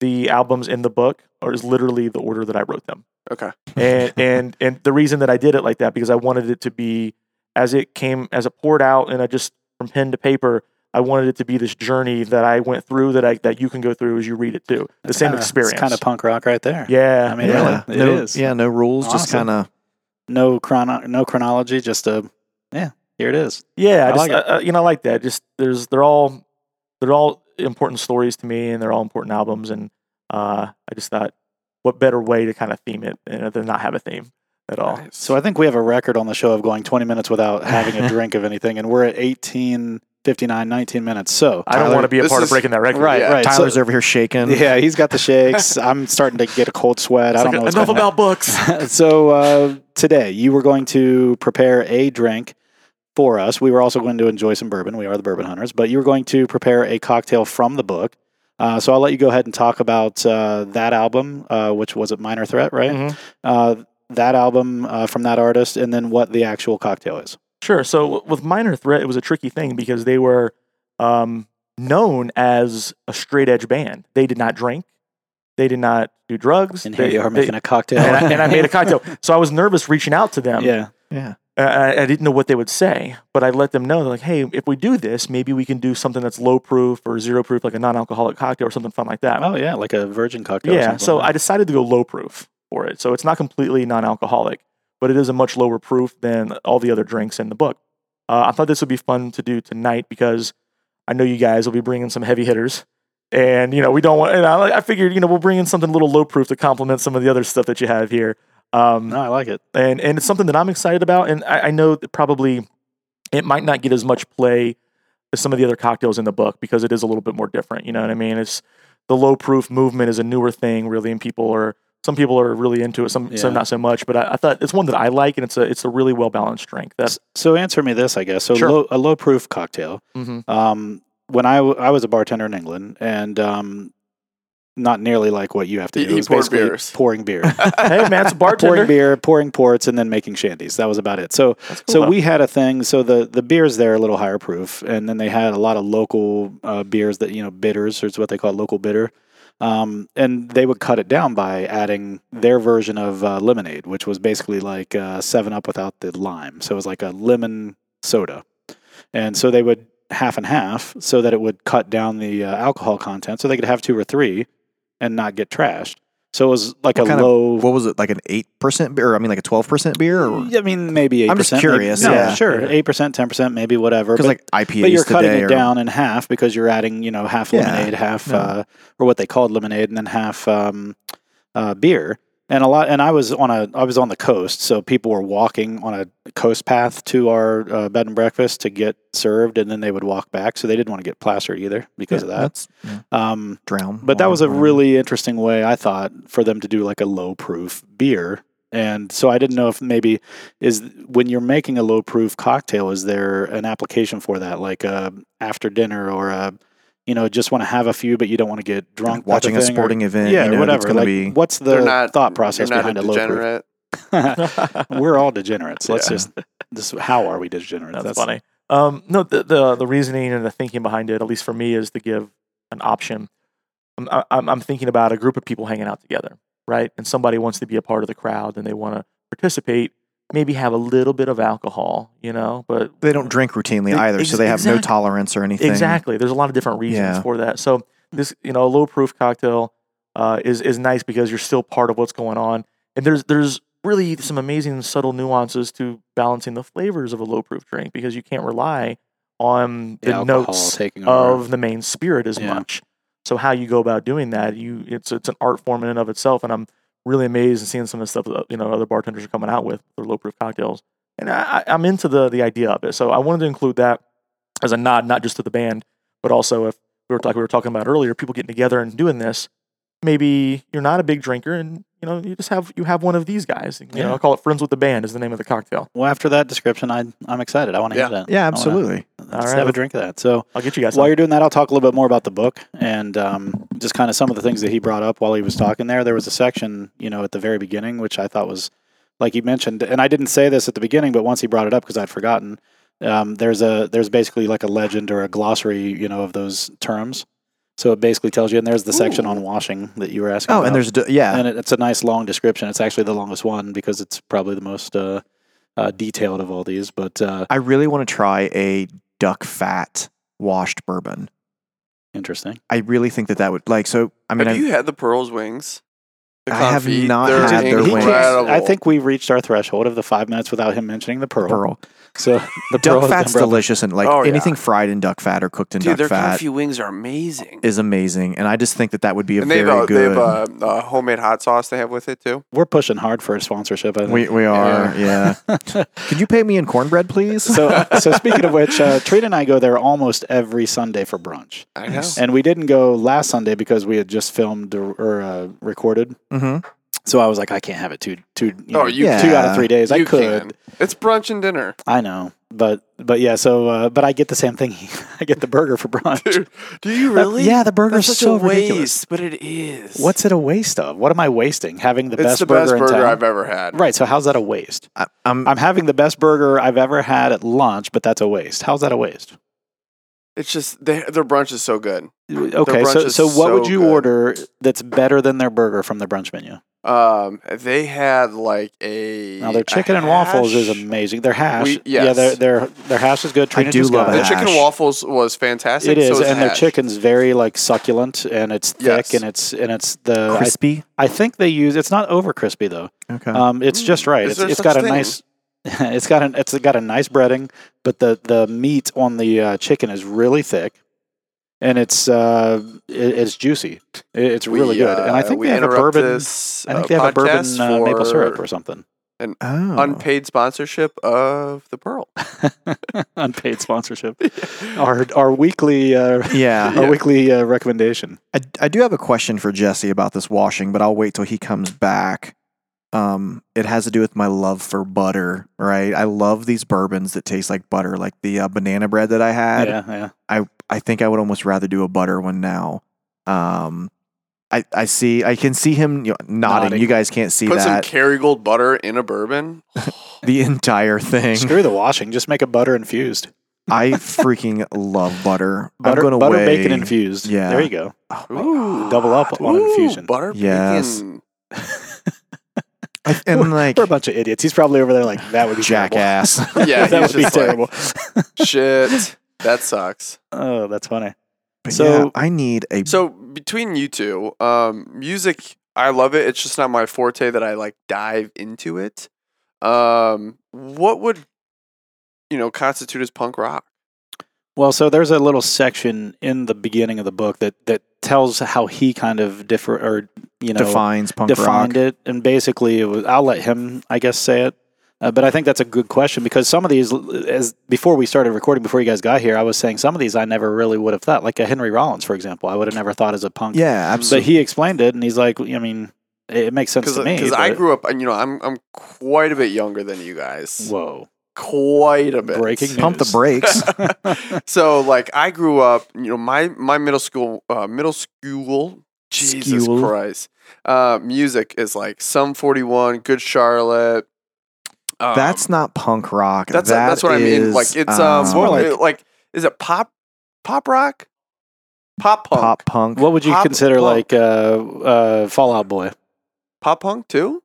Speaker 5: the albums in the book are is literally the order that I wrote them.
Speaker 4: okay?
Speaker 5: and and and the reason that I did it like that because I wanted it to be as it came as it poured out and I just from pen to paper I wanted it to be this journey that I went through that I that you can go through as you read it too the same
Speaker 1: Kinda-
Speaker 5: experience
Speaker 1: It's kind of punk rock right there.
Speaker 5: yeah
Speaker 1: I mean,
Speaker 2: yeah,
Speaker 1: really,
Speaker 2: no,
Speaker 1: it is.
Speaker 2: Yeah, no rules, just
Speaker 1: Awesome.
Speaker 2: kind of.
Speaker 1: No chrono, no chronology. Just a yeah. Here it is.
Speaker 5: yeah I
Speaker 1: I
Speaker 5: just,
Speaker 1: like it.
Speaker 5: uh, uh, you know I like that just there's they're all they're all important stories to me and they're all important albums and uh, I just thought what better way to kind of theme it you know, than not have a theme at all
Speaker 1: So I think we have a record on the show of going 20 minutes without having a drink of anything, and we're at 18, 59, 19 minutes. So
Speaker 5: I don't
Speaker 4: Tyler,
Speaker 5: want to be a
Speaker 4: this
Speaker 5: part of
Speaker 4: is-
Speaker 5: breaking that record
Speaker 1: right,
Speaker 4: Yeah,
Speaker 1: right. So-
Speaker 2: Tyler's over here shaking.
Speaker 1: yeah, he's got the shakes. I'm starting to get a cold sweat. I
Speaker 5: It's
Speaker 1: don't know
Speaker 5: like,
Speaker 1: what's
Speaker 5: enough
Speaker 1: going on.
Speaker 5: about books
Speaker 1: so uh, today you were going to prepare a drink for us. We were also going to enjoy some bourbon. We are the bourbon hunters, but you were going to prepare a cocktail from the book. Uh, so I'll let you go ahead and talk about uh, that album, uh, which was it Minor Threat, right?
Speaker 5: Mhm.
Speaker 1: Uh, that album uh, from that artist, and then what the actual cocktail is.
Speaker 5: Sure. So w- with Minor Threat, it was a tricky thing because they were um, known as a straight edge band. They did not drink. They did not do drugs.
Speaker 1: And here
Speaker 5: They-
Speaker 1: you are
Speaker 5: they-
Speaker 1: making a cocktail.
Speaker 5: and, I, and I made a cocktail. So I was nervous reaching out to them.
Speaker 1: yeah,
Speaker 5: Uh, I, I didn't know what they would say, but I let them know like, hey, if we do this, maybe we can do something that's low proof or zero proof, like a non-alcoholic cocktail or something fun like that.
Speaker 1: oh yeah, like a virgin cocktail. or
Speaker 5: Yeah,
Speaker 1: something
Speaker 5: so
Speaker 1: like
Speaker 5: I decided to go low proof for it. So it's not completely non-alcoholic, but it is a much lower proof than all the other drinks in the book. Uh, I thought this would be fun to do tonight because I know you guys will be bringing some heavy hitters, and you know we don't want. And I, I figured you know we'll bring in something a little low proof to complement some of the other stuff that you have here.
Speaker 1: that.
Speaker 5: Um,
Speaker 1: no, I like it.
Speaker 5: and and it's something that I'm excited about. And I, I know that probably it might not get as much play as some of the other cocktails in the book because it is a little bit more different. You know what I mean? It's the low proof movement is a newer thing, really, and people are some people are really into it, some some
Speaker 1: Yeah.
Speaker 5: not so much. But I, I thought it's one that I like, and it's a it's a really well balanced drink. That's
Speaker 1: So answer me this, I guess. So
Speaker 5: Sure.
Speaker 1: low, a low proof cocktail.
Speaker 5: mm-hmm.
Speaker 1: um, when I, w- I was a bartender in England and um, not nearly like what you have to
Speaker 4: He-
Speaker 1: do.
Speaker 4: he
Speaker 1: It was
Speaker 4: poured
Speaker 1: basically
Speaker 4: beers.
Speaker 1: pouring beer,
Speaker 5: hey man, it's
Speaker 1: pouring
Speaker 5: a bartender.
Speaker 1: beer, pouring ports, and then making shandies. That was about it. So
Speaker 5: That's cool,
Speaker 1: so
Speaker 5: though.
Speaker 1: we had a thing. So the the beers there are a little higher proof, and then they had a lot of local uh, beers that you know bitters, or it's what they call local bitter. Um, and they would cut it down by adding their version of uh, lemonade, which was basically like uh, Seven Up without the lime. So it was like a lemon soda, and so they would half and half, so that it would cut down the uh, alcohol content, so they could have two or three, and not get trashed. So it was like
Speaker 2: What
Speaker 1: a
Speaker 2: kind of-
Speaker 1: low.
Speaker 2: What was it like an eight percent beer? Or, I mean, like a twelve percent beer? Or
Speaker 1: I mean, maybe 8%.
Speaker 2: I'm just
Speaker 1: maybe-
Speaker 2: curious,
Speaker 1: no,
Speaker 2: yeah.
Speaker 1: sure.
Speaker 5: Yeah.
Speaker 1: 8%, 10%, maybe whatever.
Speaker 2: because
Speaker 1: But,
Speaker 2: like IPAs
Speaker 1: but you're cutting
Speaker 2: today
Speaker 1: it
Speaker 2: are-
Speaker 1: down in half because you're adding, you know, half
Speaker 2: Yeah,
Speaker 1: lemonade, half,
Speaker 2: no.
Speaker 1: uh, or what they called lemonade, and then half um, uh, beer. And a lot, and I was on a, I was on the coast, so people were walking on a coast path to our uh, bed and breakfast to get served, and then they would walk back, so they didn't want to get plastered either because of
Speaker 2: Yeah, that's- yeah,
Speaker 1: that. Um,
Speaker 2: drown.
Speaker 1: but that
Speaker 2: water,
Speaker 1: was a
Speaker 2: whatever.
Speaker 1: really interesting way, I thought, for them to do like a low proof beer. And so I didn't know if maybe is when you're making a low proof cocktail, is there an application for that, like a after dinner or a, you know, just want to have a few, but you don't want to get drunk, type of
Speaker 2: watching a
Speaker 1: thing, or-
Speaker 2: sporting event.
Speaker 1: yeah,
Speaker 2: you know,
Speaker 1: whatever.
Speaker 2: It's gonna
Speaker 1: like,
Speaker 2: be
Speaker 1: what's the
Speaker 4: They're not
Speaker 1: thought process
Speaker 4: you're not
Speaker 1: behind a
Speaker 4: a
Speaker 1: low proof?
Speaker 4: degenerate.
Speaker 1: We're all degenerates. Let's
Speaker 5: Yeah.
Speaker 1: just this. How are we degenerates?
Speaker 5: That's, funny. Um, no, the, the the reasoning and the thinking behind it, at least for me, is to give an option. I'm, I- I'm I'm thinking about a group of people hanging out together, right? And somebody wants to be a part of the crowd and they want to participate. Maybe have a little bit of alcohol, you know, but
Speaker 2: they don't drink routinely
Speaker 5: Ex-
Speaker 2: either, so they have no
Speaker 5: exact-
Speaker 2: tolerance or anything.
Speaker 5: Exactly. There's a lot of different reasons
Speaker 2: Yeah.
Speaker 5: for that. So this, you know, a low proof cocktail uh, is is nice because you're still part of what's going on, and there's there's really some amazing subtle nuances to balancing the flavors of a low proof drink because you can't rely on the,
Speaker 1: The alcohol
Speaker 5: notes
Speaker 1: taking over.
Speaker 5: of the main spirit as
Speaker 1: Yeah.
Speaker 5: much. So how you go about doing that, you it's it's an art form in and of itself, and I'm really amazed and seeing some of the stuff that you know other bartenders are coming out with their low proof cocktails, and I, I- I'm into the the idea of it. So I wanted to include that as a nod, not just to the band, but also if we were like we were talking about earlier, people getting together and doing this. Maybe you're not a big drinker, and you know you just have you have one of these guys. You know,
Speaker 1: Yeah.
Speaker 5: I call it friends with the band is the name of the cocktail.
Speaker 1: Well, after that description, I, I'm excited. I want to
Speaker 4: Yeah.
Speaker 1: hear that.
Speaker 2: Yeah,
Speaker 1: I wanna-
Speaker 2: absolutely.
Speaker 5: All
Speaker 1: Let's
Speaker 5: right,
Speaker 1: have a
Speaker 5: let's-
Speaker 1: drink of that. So
Speaker 5: I'll get you guys.
Speaker 1: While
Speaker 5: some.
Speaker 1: you're doing that, I'll talk a little bit more about the book and um, just kind of some of the things that he brought up while he was talking there. There was a section, you know, at the very beginning, which I thought was, like you mentioned, and I didn't say this at the beginning, but once he brought it up because I'd forgotten, um, there's a there's basically like a legend or a glossary, you know, of those terms. So it basically tells you, and there's the section on washing that you were asking.
Speaker 2: Oh,
Speaker 1: about.
Speaker 2: and there's d- yeah,
Speaker 1: and it, it's a nice long description. It's actually the longest one because it's probably the most uh, uh, detailed of all these. But uh,
Speaker 2: I really want to try a duck fat washed bourbon.
Speaker 1: interesting.
Speaker 2: I really think that that would like. So I mean,
Speaker 4: have
Speaker 2: I,
Speaker 4: you had the Pearl's wings? The
Speaker 2: I have
Speaker 4: confit?
Speaker 2: not
Speaker 4: They're
Speaker 2: had their
Speaker 1: He
Speaker 2: wings.
Speaker 1: can't-
Speaker 4: incredible.
Speaker 1: I think we reached our threshold of the five minutes without him mentioning the pearl.
Speaker 2: Pearl.
Speaker 1: So the pearl
Speaker 2: duck
Speaker 1: has
Speaker 2: fat's
Speaker 1: been brought-
Speaker 2: delicious, and like
Speaker 4: Oh, yeah.
Speaker 2: anything fried in duck fat or cooked in
Speaker 4: dude,
Speaker 2: duck
Speaker 4: their
Speaker 2: fat
Speaker 4: coffee wings are amazing.
Speaker 2: is amazing. And I just think that that would be a
Speaker 4: and they've
Speaker 2: very
Speaker 4: uh,
Speaker 2: good.
Speaker 4: they've uh, uh, homemade hot sauce they have with it too.
Speaker 1: We're pushing hard for a sponsorship. I think.
Speaker 2: we we are yeah. Could you pay me in cornbread, please?
Speaker 1: so so speaking of which, uh, Trina and I go there almost every Sunday for brunch,
Speaker 4: I know.
Speaker 1: and we didn't go last Sunday because we had just filmed or, or uh, recorded.
Speaker 2: hmm
Speaker 1: So I was like, I can't have it two two you
Speaker 4: Oh,
Speaker 1: know,
Speaker 4: you
Speaker 1: two out
Speaker 2: can.
Speaker 1: of three days. I
Speaker 4: You
Speaker 1: could.
Speaker 4: can. It's brunch and dinner.
Speaker 1: I know, but but yeah. So uh, but I get the same thing. I get the burger for brunch.
Speaker 4: Do you
Speaker 1: That-
Speaker 4: really?
Speaker 1: yeah, the burger's
Speaker 4: That's such
Speaker 1: so
Speaker 4: a waste,
Speaker 1: ridiculous.
Speaker 4: but it is.
Speaker 1: What's it a waste of? What am I wasting? Having the
Speaker 4: it's
Speaker 1: best
Speaker 4: the
Speaker 1: burger
Speaker 4: best
Speaker 1: in
Speaker 4: burger
Speaker 1: town.
Speaker 4: I've ever had.
Speaker 1: Right. So how's that a waste?
Speaker 2: I, I'm,
Speaker 1: I'm having the best burger I've ever had at lunch, but that's a waste. How's that a waste?
Speaker 4: It's just they, their brunch is so good.
Speaker 1: Okay.
Speaker 4: brunch
Speaker 1: So
Speaker 4: is
Speaker 1: so what would
Speaker 4: so
Speaker 1: you
Speaker 4: good.
Speaker 1: order that's better than their burger from the brunch menu?
Speaker 4: Um, they had like a
Speaker 1: Now their
Speaker 4: a
Speaker 1: chicken and waffles is
Speaker 4: hash.
Speaker 1: amazing. Their hash,
Speaker 4: We-
Speaker 1: yeah,
Speaker 4: yes.
Speaker 1: their their their hash is good. Trina
Speaker 2: do
Speaker 1: just
Speaker 2: love
Speaker 1: got
Speaker 2: a
Speaker 4: The
Speaker 1: it.
Speaker 2: hash.
Speaker 4: chicken and waffles was fantastic.
Speaker 1: It is,
Speaker 4: so was
Speaker 1: and their
Speaker 4: hash.
Speaker 1: chicken's very like succulent, and it's thick,
Speaker 4: Yes.
Speaker 1: and it's and it's
Speaker 4: uh,
Speaker 1: the I-
Speaker 2: crispy.
Speaker 1: I, think they use it's not over crispy though.
Speaker 2: Okay.
Speaker 4: Uh,
Speaker 1: Um, it's just right.
Speaker 4: Is
Speaker 1: It's,
Speaker 4: there
Speaker 1: it's
Speaker 4: such
Speaker 1: got a
Speaker 4: thing?
Speaker 1: nice, it's got an it's got a nice breading, but the the meat on the uh, chicken is really thick, and it's uh it, it's juicy. It, it's
Speaker 4: We,
Speaker 1: really good, and I
Speaker 4: uh,
Speaker 1: think
Speaker 4: we
Speaker 1: they have a
Speaker 4: interrupt
Speaker 1: bourbon.
Speaker 4: This,
Speaker 1: I think
Speaker 4: uh,
Speaker 1: they have a bourbon
Speaker 4: podcast
Speaker 1: uh, maple syrup
Speaker 4: for
Speaker 1: or something.
Speaker 2: oh.
Speaker 4: unpaid sponsorship of the Pearl.
Speaker 1: Unpaid sponsorship. our our weekly uh,
Speaker 2: Yeah. Oh,
Speaker 1: our weekly uh, recommendation.
Speaker 2: I, I do have a question for Jesse about this washing, but I'll wait till he comes back. Um, it has to do with my love for butter, right? I love these bourbons that taste like butter, like the uh, banana bread that I had.
Speaker 1: yeah, yeah.
Speaker 2: I, I think I would almost rather do a butter one now. Um, I, I see, I can see him you know, nodding.
Speaker 1: Nodding.
Speaker 2: You guys can't see
Speaker 4: Put some
Speaker 2: that.
Speaker 4: Kerrygold butter in a bourbon.
Speaker 2: the entire thing.
Speaker 1: Screw the washing. Just make a butter infused.
Speaker 2: I freaking love butter.
Speaker 1: Butter,
Speaker 2: I'm going
Speaker 1: butter
Speaker 2: away.
Speaker 1: bacon infused.
Speaker 2: Yeah.
Speaker 1: There you go.
Speaker 2: Oh my
Speaker 4: Ooh,
Speaker 1: Double up on
Speaker 4: Ooh,
Speaker 1: infusion.
Speaker 4: Butter
Speaker 2: Yes.
Speaker 4: bacon.
Speaker 2: I- and like
Speaker 1: We're a bunch of idiots. He's probably over there like that would be
Speaker 2: jackass.
Speaker 4: Yeah,
Speaker 1: that
Speaker 4: he's
Speaker 1: would be
Speaker 4: just like,
Speaker 1: terrible.
Speaker 4: Shit, that sucks.
Speaker 1: oh, that's funny.
Speaker 2: But
Speaker 1: So-
Speaker 2: yeah, I need a
Speaker 4: So between you two, um, music, I love it. It's just not my forte that I like dive into it. Um, what would you know constitute as punk rock?
Speaker 1: Well, so there's a little section in the beginning of the book that that tells how he kind of differ or you know
Speaker 2: defines punk rock.
Speaker 1: defined it, and basically it was. I'll let him, I guess, say it. Uh, but I think that's a good question because some of these, as before we started recording, before you guys got here, I was saying some of these I never really would have thought, like a Henry Rollins, for example, I would have never thought as a punk.
Speaker 2: Yeah,
Speaker 1: But
Speaker 2: absolutely.
Speaker 1: he explained it, and he's like, I mean, it, it makes sense
Speaker 4: Because
Speaker 1: to me.
Speaker 4: I
Speaker 1: but-
Speaker 4: grew up, and you know, I'm I'm quite a bit younger than you guys.
Speaker 1: Whoa.
Speaker 4: Quite a bit.
Speaker 1: Breaking news.
Speaker 2: Pump the brakes.
Speaker 4: So like I grew up, you know, my my middle school uh, middle school Jesus
Speaker 2: School.
Speaker 4: Christ. Uh, music is like some 41, Good Charlotte. Um,
Speaker 2: that's not punk rock.
Speaker 4: that's
Speaker 2: That
Speaker 4: that's what I mean.
Speaker 2: is,
Speaker 4: Like it's um,
Speaker 1: more
Speaker 4: what
Speaker 1: like-
Speaker 4: would it- like is it pop pop rock? Pop
Speaker 2: pop
Speaker 4: punk. Pop,
Speaker 2: punk.
Speaker 1: What would you
Speaker 4: Pop-
Speaker 1: consider
Speaker 4: well-
Speaker 1: like uh, uh, Fallout Boy?
Speaker 4: punk too?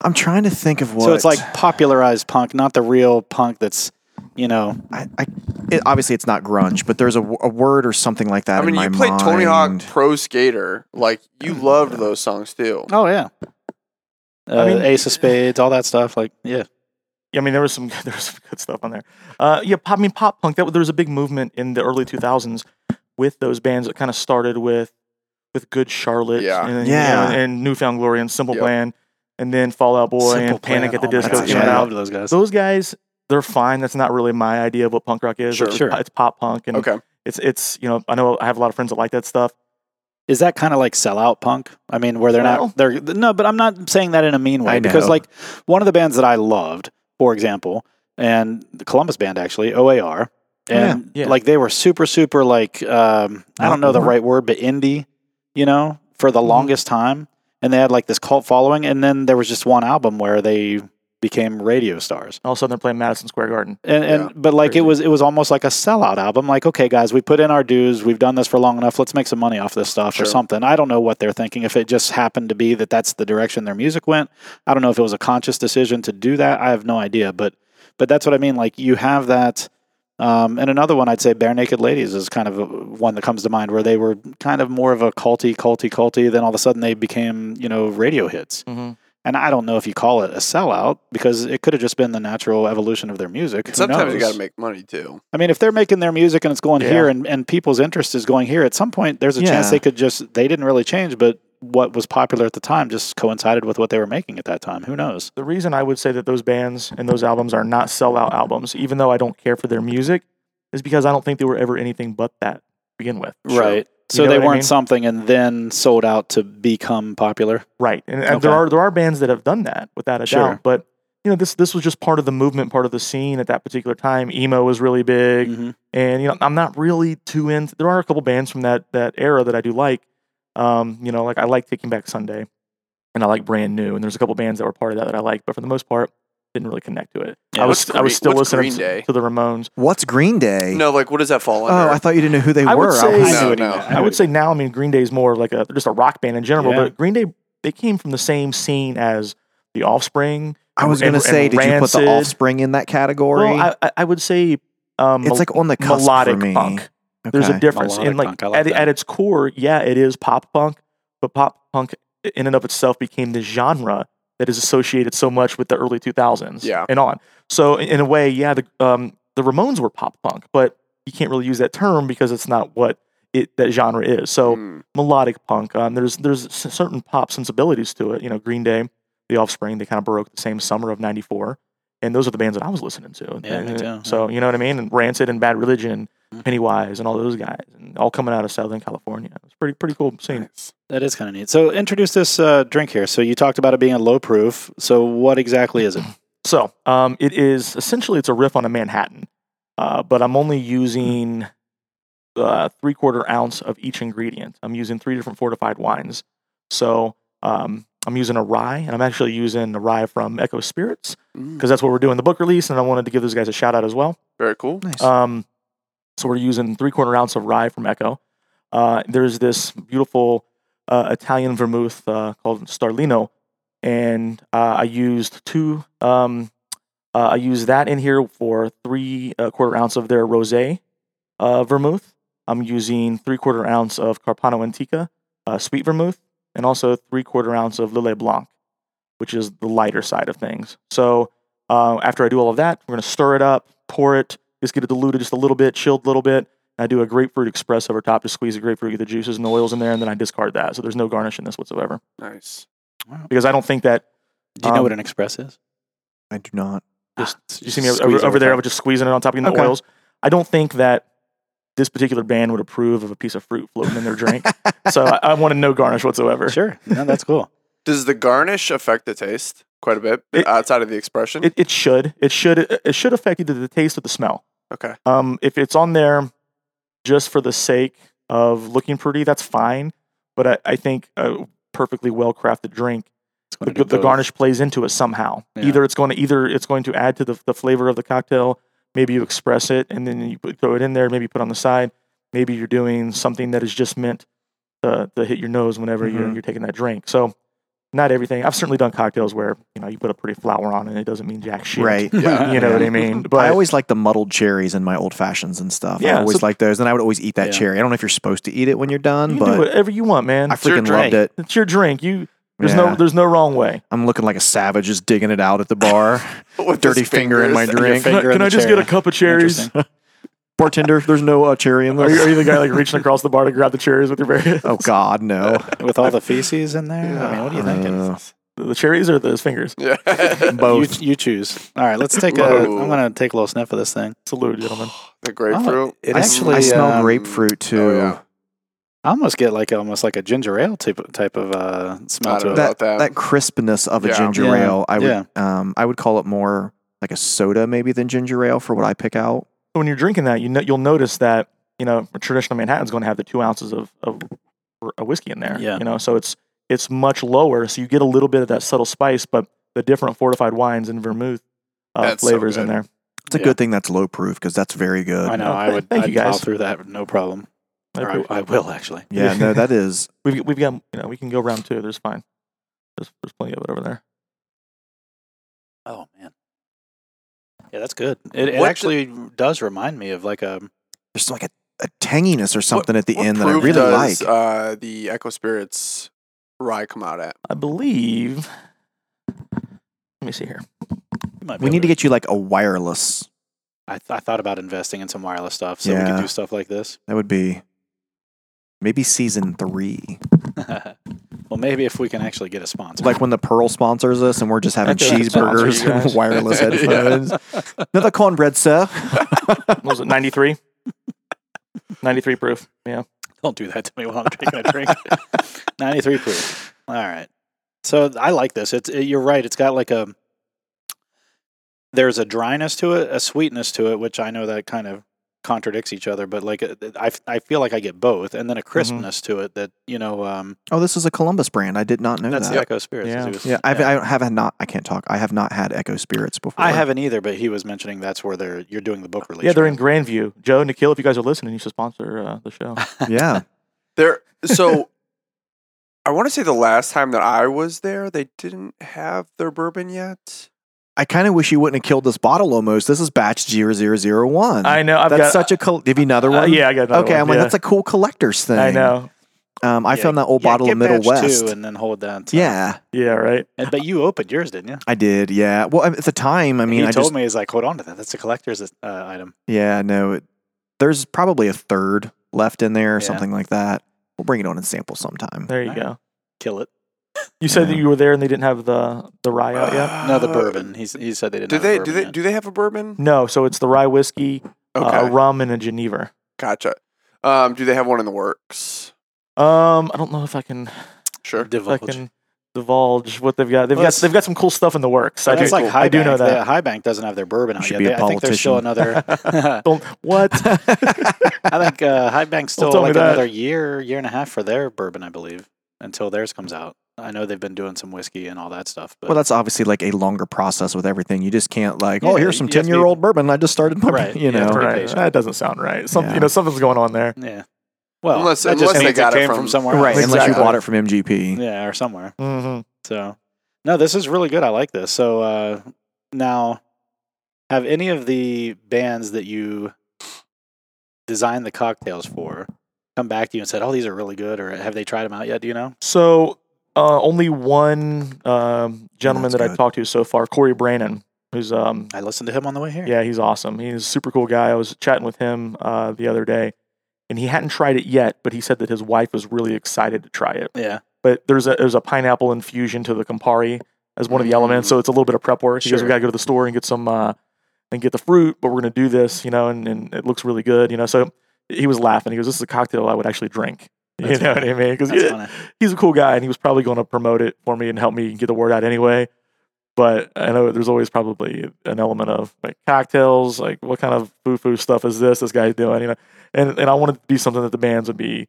Speaker 2: I'm trying to think of what.
Speaker 1: So it's like popularized punk, not the real punk that's, you know,
Speaker 2: I, I, it, obviously it's not grunge, but there's a, w- a word or something like that.
Speaker 4: I mean,
Speaker 2: in my
Speaker 4: you played Tony Hawk
Speaker 2: mind.
Speaker 4: Pro Skater. Like you loved those songs too.
Speaker 1: oh, yeah. Uh,
Speaker 5: mean-
Speaker 1: Ace of Spades, all that stuff. Like, yeah.
Speaker 5: I mean, there was some there was some good stuff on there. Uh, yeah, pop. I mean, pop punk. That was- there was a big movement in the early 2000s with those bands that kind of started with with Good Charlotte,
Speaker 4: Yeah.
Speaker 5: and,
Speaker 2: Yeah.
Speaker 5: and, and Newfound Glory and Simple
Speaker 4: Yep.
Speaker 5: Plan, and then Fallout Boy
Speaker 1: Simple
Speaker 5: and Panic
Speaker 1: Plan.
Speaker 5: at the
Speaker 1: Oh my
Speaker 5: Disco
Speaker 1: gosh,
Speaker 5: came
Speaker 1: I
Speaker 5: out.
Speaker 1: loved those guys.
Speaker 5: Those guys, they're fine. That's not really my idea of what punk rock is.
Speaker 4: Sure.
Speaker 5: It's,
Speaker 1: Sure.
Speaker 5: it's pop punk, and
Speaker 4: Okay.
Speaker 5: it's it's you know I know I have a lot of friends that like that stuff.
Speaker 1: Is that kind of like sellout punk? I mean, where they're
Speaker 5: Well-
Speaker 1: not they're no, but I'm not saying that in a mean way
Speaker 2: I
Speaker 1: because
Speaker 2: know.
Speaker 1: like one of the bands that I loved, for example, and the Columbus band actually, OAR, and
Speaker 5: Oh, Yeah. Yeah.
Speaker 1: like they were super super like um, I don't know the
Speaker 2: Not-
Speaker 1: right word, but indie, you know, for
Speaker 5: Mm-hmm.
Speaker 1: the longest time, and they had like this cult following, and then there was just one album where they became radio stars.
Speaker 5: All of a sudden, they're playing Madison Square Garden.
Speaker 1: and, and
Speaker 4: Yeah,
Speaker 1: but like
Speaker 5: crazy.
Speaker 1: it was it was almost like a sellout album like okay guys we put in our dues we've done this for long enough let's make some money off this stuff
Speaker 4: Sure.
Speaker 1: or something i don't know what they're thinking if it just happened to be that that's the direction their music went i don't know if it was a conscious decision to do that i have no idea but but that's what i mean like you have that um, and another one i'd say bare naked ladies is kind of a, one that comes to mind where they were kind of more of a culty culty culty then all of a sudden they became you know radio hits
Speaker 5: Mm-hmm.
Speaker 1: and I don't know if you call it a sellout because it could have just been the natural evolution of their music. Who
Speaker 4: Sometimes you
Speaker 1: knows?
Speaker 4: got to make money too.
Speaker 1: I mean, if they're making their music and it's going
Speaker 5: Yeah.
Speaker 1: here and, and people's interest is going here, at some point there's a chance
Speaker 2: Yeah.
Speaker 1: they could just, they didn't really change, but what was popular at the time just coincided with what they were making at that time. Who knows?
Speaker 5: The reason I would say that those bands and those albums are not sellout albums, even though I don't care for their music, is because I don't think they were ever anything but that to begin with.
Speaker 1: Right. So
Speaker 5: know
Speaker 1: they
Speaker 5: what I
Speaker 1: weren't
Speaker 5: mean?
Speaker 1: something and then sold out to become popular.
Speaker 5: Right. And, and
Speaker 1: Okay.
Speaker 5: there are there are bands that have done that without a
Speaker 1: Sure.
Speaker 5: doubt. But you know, this this was just part of the movement, part of the scene at that particular time. Emo was really big.
Speaker 1: Mhm.
Speaker 5: And you know, I'm not really too into there are a couple bands from that that era that I do like. Um, you know, like I like Taking Back Sunday and I like Brand New. And there's a couple bands that were part of that that I like, but for the most part, didn't really connect to it. I was
Speaker 4: What's
Speaker 5: I was
Speaker 4: Gre-
Speaker 5: still
Speaker 4: what's
Speaker 5: listening
Speaker 4: Green
Speaker 5: to,
Speaker 4: Day?
Speaker 5: to the Ramones.
Speaker 2: What's Green Day?
Speaker 4: No, like what does that
Speaker 2: Oh,
Speaker 4: fall under?
Speaker 2: I thought you didn't know who they
Speaker 5: I would
Speaker 2: were.
Speaker 5: say-
Speaker 2: was-
Speaker 1: I knew
Speaker 4: No,
Speaker 1: what he
Speaker 4: no.
Speaker 1: meant.
Speaker 5: I,
Speaker 1: knew
Speaker 5: would
Speaker 1: what he
Speaker 5: say now, I mean, Green Day's more of like a just a rock band in general,
Speaker 1: Yeah.
Speaker 5: but Green Day they came from the same scene as the Offspring.
Speaker 2: I was
Speaker 5: and-
Speaker 2: going to
Speaker 5: and
Speaker 2: say, did you put the
Speaker 5: Rancid.
Speaker 2: offspring in that category?
Speaker 5: Well, I- I, I would say um,
Speaker 2: it's
Speaker 5: mel-
Speaker 2: like on the cusp
Speaker 5: melodic
Speaker 2: for me.
Speaker 5: punk. There's a
Speaker 2: Okay.
Speaker 5: difference,
Speaker 1: Melodic
Speaker 5: and like,
Speaker 1: punk, I like
Speaker 5: at,
Speaker 1: that.
Speaker 5: at its core, yeah, it is pop punk, but pop punk in and of itself became this genre that is associated so much with the early 2000s,
Speaker 4: Yeah.
Speaker 5: and on. So in in a way, yeah, the um, the Ramones were pop punk, but you can't really use that term because it's not what it that genre is. So
Speaker 4: Hmm.
Speaker 5: melodic punk. Um, there's there's s- certain pop sensibilities to it. You know, Green Day, The Offspring, they kind of broke the same summer of '94, and those are the bands that I was listening to. Uh,
Speaker 1: Yeah, Mm-hmm. me too,
Speaker 5: So you know what I mean? And Rancid and Bad Religion, Pennywise, and all those guys, and all coming out of Southern California. It's pretty pretty cool scene.
Speaker 4: Nice.
Speaker 1: That is kind of neat. So introduce this uh, drink here. So you talked about it being a low proof. So what exactly is it?
Speaker 5: So um, it is essentially it's a riff on a Manhattan, uh, but I'm only using uh, three quarter ounce of each ingredient. I'm using three different fortified wines. So um, I'm using a rye, and I'm actually using a rye from Echo Spirits
Speaker 4: Mm,
Speaker 5: because that's what we're doing the book release, and I wanted to give those guys a shout out as well.
Speaker 4: Very cool.
Speaker 2: Nice.
Speaker 5: Um, so we're using three quarter ounce of rye from Echo. Uh, there's this beautiful uh, Italian vermouth uh, called Starlino, and uh, I used two. Um, uh, I used that in here for three uh, quarter ounce of their rosé uh, vermouth. I'm using three quarter ounce of Carpano Antica uh, sweet vermouth, and also three quarter ounce of Lillet Blanc, which is the lighter side of things. So uh, after I do all of that, we're gonna stir it up, pour it, just get it diluted just a little bit, chilled a little bit. And I do a grapefruit express over top to squeeze the grapefruit, get the juices and the oils in there, and then I discard that. So there's no garnish in this whatsoever
Speaker 4: Nice.
Speaker 5: because I don't think that.
Speaker 1: Do you know
Speaker 5: Um,
Speaker 1: what an express is?
Speaker 2: I do not.
Speaker 5: You see me
Speaker 1: Squeeze
Speaker 5: over, Ah, over, there, I
Speaker 1: top.
Speaker 5: was just squeezing it on top, getting the
Speaker 2: Okay.
Speaker 5: oils. I don't think that this particular band would approve of a piece of fruit floating in their drink. so I, I wanted no garnish whatsoever.
Speaker 1: Sure. No, that's cool.
Speaker 4: Does the garnish affect the taste quite a bit
Speaker 5: It-
Speaker 4: outside of the expression?
Speaker 5: It, it should. It should. It should affect either the taste or the smell.
Speaker 4: okay.
Speaker 5: Um, if it's on there just for the sake of looking pretty, that's fine. But I, I think a perfectly well crafted drink,
Speaker 1: It's
Speaker 5: the,
Speaker 1: gonna do
Speaker 5: the
Speaker 1: both.
Speaker 5: garnish plays into it somehow.
Speaker 1: Yeah.
Speaker 5: Either it's going to either it's going to add to the, the flavor of the cocktail. Maybe you express it and then you put, throw it in there. Maybe you put it on the side. Maybe you're doing something that is just meant to, to hit your nose whenever you're,
Speaker 2: Mhm.
Speaker 5: you're taking that drink. So. Not everything. I've certainly done cocktails where you know you put a pretty flower on it and it doesn't mean jack shit.
Speaker 2: Right.
Speaker 4: Yeah.
Speaker 5: You know what I mean? But
Speaker 2: I always like the muddled cherries in my old fashions and stuff.
Speaker 5: Yeah,
Speaker 2: I always
Speaker 5: so-
Speaker 2: like those, and I would always eat that
Speaker 1: Yeah.
Speaker 2: cherry. I don't know if you're supposed to eat it when you're done,
Speaker 5: you can do
Speaker 2: but
Speaker 5: whatever you want, man.
Speaker 2: I
Speaker 4: your
Speaker 2: freaking loved
Speaker 4: drink.
Speaker 2: it.
Speaker 5: It's your drink. You There's
Speaker 2: Yeah.
Speaker 5: no there's no wrong way.
Speaker 2: I'm looking like a savage, just digging it out at the bar.
Speaker 4: With
Speaker 2: Dirty
Speaker 4: his
Speaker 2: finger in my
Speaker 4: fingers.
Speaker 2: drink.
Speaker 5: Can I,
Speaker 1: Finger in
Speaker 5: can
Speaker 1: the
Speaker 5: I just
Speaker 1: cherry.
Speaker 5: get a cup of cherries?
Speaker 1: Interesting.
Speaker 2: Bartender, there's no uh, cherry in
Speaker 5: Are you,
Speaker 2: this.
Speaker 5: are you the guy like reaching across the bar to grab the cherries with your bare hands?
Speaker 2: oh God, no.
Speaker 1: With all the feces in there? I mean, what are you thinking?
Speaker 2: Uh,
Speaker 5: The cherries or those fingers? Uh,
Speaker 4: Yeah.
Speaker 2: both.
Speaker 1: You, you choose. All right, let's take a.
Speaker 4: Whoa.
Speaker 1: I'm going to take a little sniff of this thing.
Speaker 5: Salute, gentlemen.
Speaker 4: the grapefruit. Mm.
Speaker 1: it
Speaker 2: I,
Speaker 1: actually,
Speaker 2: I smell
Speaker 1: um,
Speaker 2: grapefruit too.
Speaker 4: oh, yeah.
Speaker 1: I almost get like almost like a ginger ale type type of uh, smell
Speaker 4: I
Speaker 1: to
Speaker 4: don't
Speaker 1: it.
Speaker 4: know.
Speaker 2: that,
Speaker 4: about that.
Speaker 2: that crispness of a
Speaker 4: Yeah.
Speaker 2: ginger
Speaker 1: Yeah.
Speaker 2: ale, I would
Speaker 1: Yeah.
Speaker 2: um, I would call it more like a soda maybe than ginger ale for what I pick out.
Speaker 5: When you're drinking that, you know, you'll notice that you know a traditional Manhattan's going to have the two ounces of, of r- a whiskey in there.
Speaker 1: Yeah.
Speaker 5: You know, so it's it's much lower, so you get a little bit of that subtle spice, but the different fortified wines and vermouth uh,
Speaker 4: That's so
Speaker 5: flavors in
Speaker 4: good.
Speaker 5: there.
Speaker 2: It's a
Speaker 1: Yeah.
Speaker 2: good thing that's low proof because that's very good.
Speaker 1: I know. I
Speaker 5: Thank-
Speaker 1: would.
Speaker 5: thank
Speaker 1: I'd
Speaker 5: you, guys.
Speaker 1: plow through that, no problem.
Speaker 5: I
Speaker 1: Or I,
Speaker 5: appreciate
Speaker 1: I
Speaker 5: it.
Speaker 1: will actually.
Speaker 2: Yeah, no, that is.
Speaker 5: We've we've got you know we can go round two. There's fine. There's there's plenty of it over there.
Speaker 1: Oh man. Yeah, that's good. It, it
Speaker 4: What the-
Speaker 1: actually does remind me of like um, a.
Speaker 2: There's like a, a tanginess or something at the
Speaker 4: What
Speaker 2: end that I
Speaker 4: proof
Speaker 2: really
Speaker 4: does,
Speaker 2: like.
Speaker 4: Uh, the Echo Spirits rye come out at.
Speaker 5: I believe. Let me see here.
Speaker 1: you might be
Speaker 2: we
Speaker 1: able
Speaker 2: need to get you like a wireless.
Speaker 1: I, th- I thought about investing in some wireless stuff so we
Speaker 2: Yeah.
Speaker 1: could do stuff like this.
Speaker 2: That would be maybe season three.
Speaker 1: well, maybe if we can actually get a sponsor.
Speaker 2: Like when the Pearl sponsors us and we're just having
Speaker 5: Echo sponsors
Speaker 2: cheeseburgers
Speaker 5: you
Speaker 2: and
Speaker 5: guys.
Speaker 2: wireless
Speaker 4: Yeah.
Speaker 2: headphones. Another cornbread, sir.
Speaker 5: What was it 93? 93 proof. Yeah.
Speaker 1: Don't do that to me while I'm drinking a drink. 93 proof. All right. So I like this. It's it, you're right. It's got like a there's a dryness to it, a sweetness to it, which I know that kind of contradicts each other, but like uh, I, I feel like I get both, and
Speaker 2: Mm-hmm.
Speaker 1: then a crispness to it that you know um,
Speaker 2: Oh, this is a Columbus brand. I did not know
Speaker 1: that's
Speaker 2: that.
Speaker 1: the Echo Spirits.
Speaker 5: Yeah.
Speaker 1: He was-
Speaker 2: Yeah, I've, I have not. I can't talk. I have not had Echo Spirits before.
Speaker 1: I haven't either, but he was mentioning that's where they're you're doing the book release.
Speaker 5: Yeah, they're in
Speaker 1: right?
Speaker 5: Grandview. Joe, Nikhil, if you guys are listening, you should sponsor uh, the show.
Speaker 2: Yeah,
Speaker 4: There. So I want to say the last time that I was there, they didn't have their bourbon yet.
Speaker 2: I kind of wish you wouldn't have killed this bottle. Almost. This is batch 0001.
Speaker 5: I know. I've
Speaker 2: that's
Speaker 5: got,
Speaker 2: such a. Col- give you another
Speaker 5: uh,
Speaker 2: one.
Speaker 5: yeah, I got another
Speaker 2: Okay,
Speaker 5: one.
Speaker 2: I'm like
Speaker 5: yeah.
Speaker 2: that's a cool collector's thing.
Speaker 5: I know.
Speaker 2: Um, I
Speaker 1: Yeah,
Speaker 2: found that old
Speaker 1: yeah,
Speaker 2: bottle
Speaker 1: get
Speaker 2: of Middle
Speaker 1: batch two
Speaker 2: West.
Speaker 1: and then hold down. to-
Speaker 2: yeah,
Speaker 5: Yeah, right.
Speaker 1: And- but you opened yours, didn't you?
Speaker 2: I did. Yeah. Well, I- at the time, I mean,
Speaker 1: he
Speaker 2: I
Speaker 1: told
Speaker 2: just
Speaker 1: me he's like, hold on to that. That's a collector's uh, item.
Speaker 2: yeah. No, it, there's probably a third left in there or
Speaker 1: Yeah.
Speaker 2: something like that. We'll bring it on and sample sometime.
Speaker 5: There you
Speaker 1: Alright.
Speaker 5: go.
Speaker 1: Kill it.
Speaker 5: You said
Speaker 2: Yeah.
Speaker 5: that you were there and they didn't have the, the rye out yet?
Speaker 1: No, the bourbon. He's, he said they didn't.
Speaker 4: Uh,
Speaker 1: have
Speaker 4: Do
Speaker 1: a
Speaker 4: they? Do
Speaker 1: bourbon
Speaker 4: they?
Speaker 1: yet.
Speaker 4: Do they have a bourbon?
Speaker 5: No, so it's the rye whiskey,
Speaker 4: Okay.
Speaker 5: uh, a rum, and a Geneva.
Speaker 4: gotcha. Um, do they have one in the works?
Speaker 5: Um, I don't know if I can
Speaker 4: Sure.
Speaker 1: divulge?
Speaker 5: fucking divulge what they've got. They've
Speaker 1: Well,
Speaker 5: got
Speaker 1: it's-
Speaker 5: they've got some cool stuff in the works. I
Speaker 1: But
Speaker 5: do,
Speaker 1: it's like High
Speaker 5: I do know
Speaker 1: Bank.
Speaker 5: that.
Speaker 1: The High Bank doesn't have their bourbon out
Speaker 2: should
Speaker 1: yet.
Speaker 2: be
Speaker 1: They,
Speaker 2: a
Speaker 1: I think there's still another. I
Speaker 5: Don't what?
Speaker 1: think uh, High Bank's still
Speaker 5: Don't tell me
Speaker 1: like
Speaker 5: that.
Speaker 1: another year, year and a half for their bourbon, I believe, until theirs comes out. I know they've been doing some whiskey and all that stuff. But
Speaker 2: Well, that's obviously like a longer process with everything. You just can't like, oh,
Speaker 1: Yeah,
Speaker 2: here's
Speaker 1: you
Speaker 2: some
Speaker 1: have
Speaker 2: ten
Speaker 1: to be-
Speaker 2: year old bourbon. I just started my,
Speaker 1: Right,
Speaker 2: you
Speaker 1: yeah,
Speaker 2: know.
Speaker 1: be
Speaker 5: right.
Speaker 1: patient.
Speaker 5: That doesn't sound right. Some,
Speaker 2: Yeah.
Speaker 5: You know, something's going on there.
Speaker 1: yeah. Well,
Speaker 4: Unless-
Speaker 1: that
Speaker 4: unless
Speaker 1: just
Speaker 4: they
Speaker 1: means
Speaker 4: got
Speaker 1: it
Speaker 4: it
Speaker 1: came from,
Speaker 4: from-
Speaker 1: somewhere.
Speaker 2: Right,
Speaker 1: else.
Speaker 2: unless you
Speaker 5: Exactly.
Speaker 2: bought it from MGP.
Speaker 1: Yeah, or somewhere.
Speaker 5: Mm-hmm.
Speaker 1: So, no, this is really good. I like this. So, uh, now, have any of the bands that you designed the cocktails for come back to you and said, "Oh, these are really good," or have they tried them out yet? Do you know?
Speaker 5: So uh, only one um, gentleman
Speaker 2: That's
Speaker 5: that I've
Speaker 2: good.
Speaker 5: talked to so far, Corey Brannon, who's um,
Speaker 1: I listened to him on the way here.
Speaker 5: yeah, he's awesome. He's a super cool guy. I was chatting with him uh, the other day, and he hadn't tried it yet, but he said that his wife was really excited to try it.
Speaker 1: yeah.
Speaker 5: But there's a there's a pineapple infusion to the Campari as one of the elements, so it's a little bit of prep work. He goes,
Speaker 1: Mm. Sure.
Speaker 5: we gotta go to the store and get some uh, and get the fruit, but we're gonna do this, you know, and, and it looks really good, you know. So he was laughing. He goes, "This is a cocktail I would actually drink." You
Speaker 1: That's
Speaker 5: know
Speaker 1: funny.
Speaker 5: what I mean? Because
Speaker 1: That's funny.
Speaker 5: he's a cool guy and he was probably going to promote it for me and help me get the word out anyway. But I know there's always probably an element of like cocktails, like what kind of foo foo stuff is this this guy's doing, you know? And and I wanted it to be something that the bands would be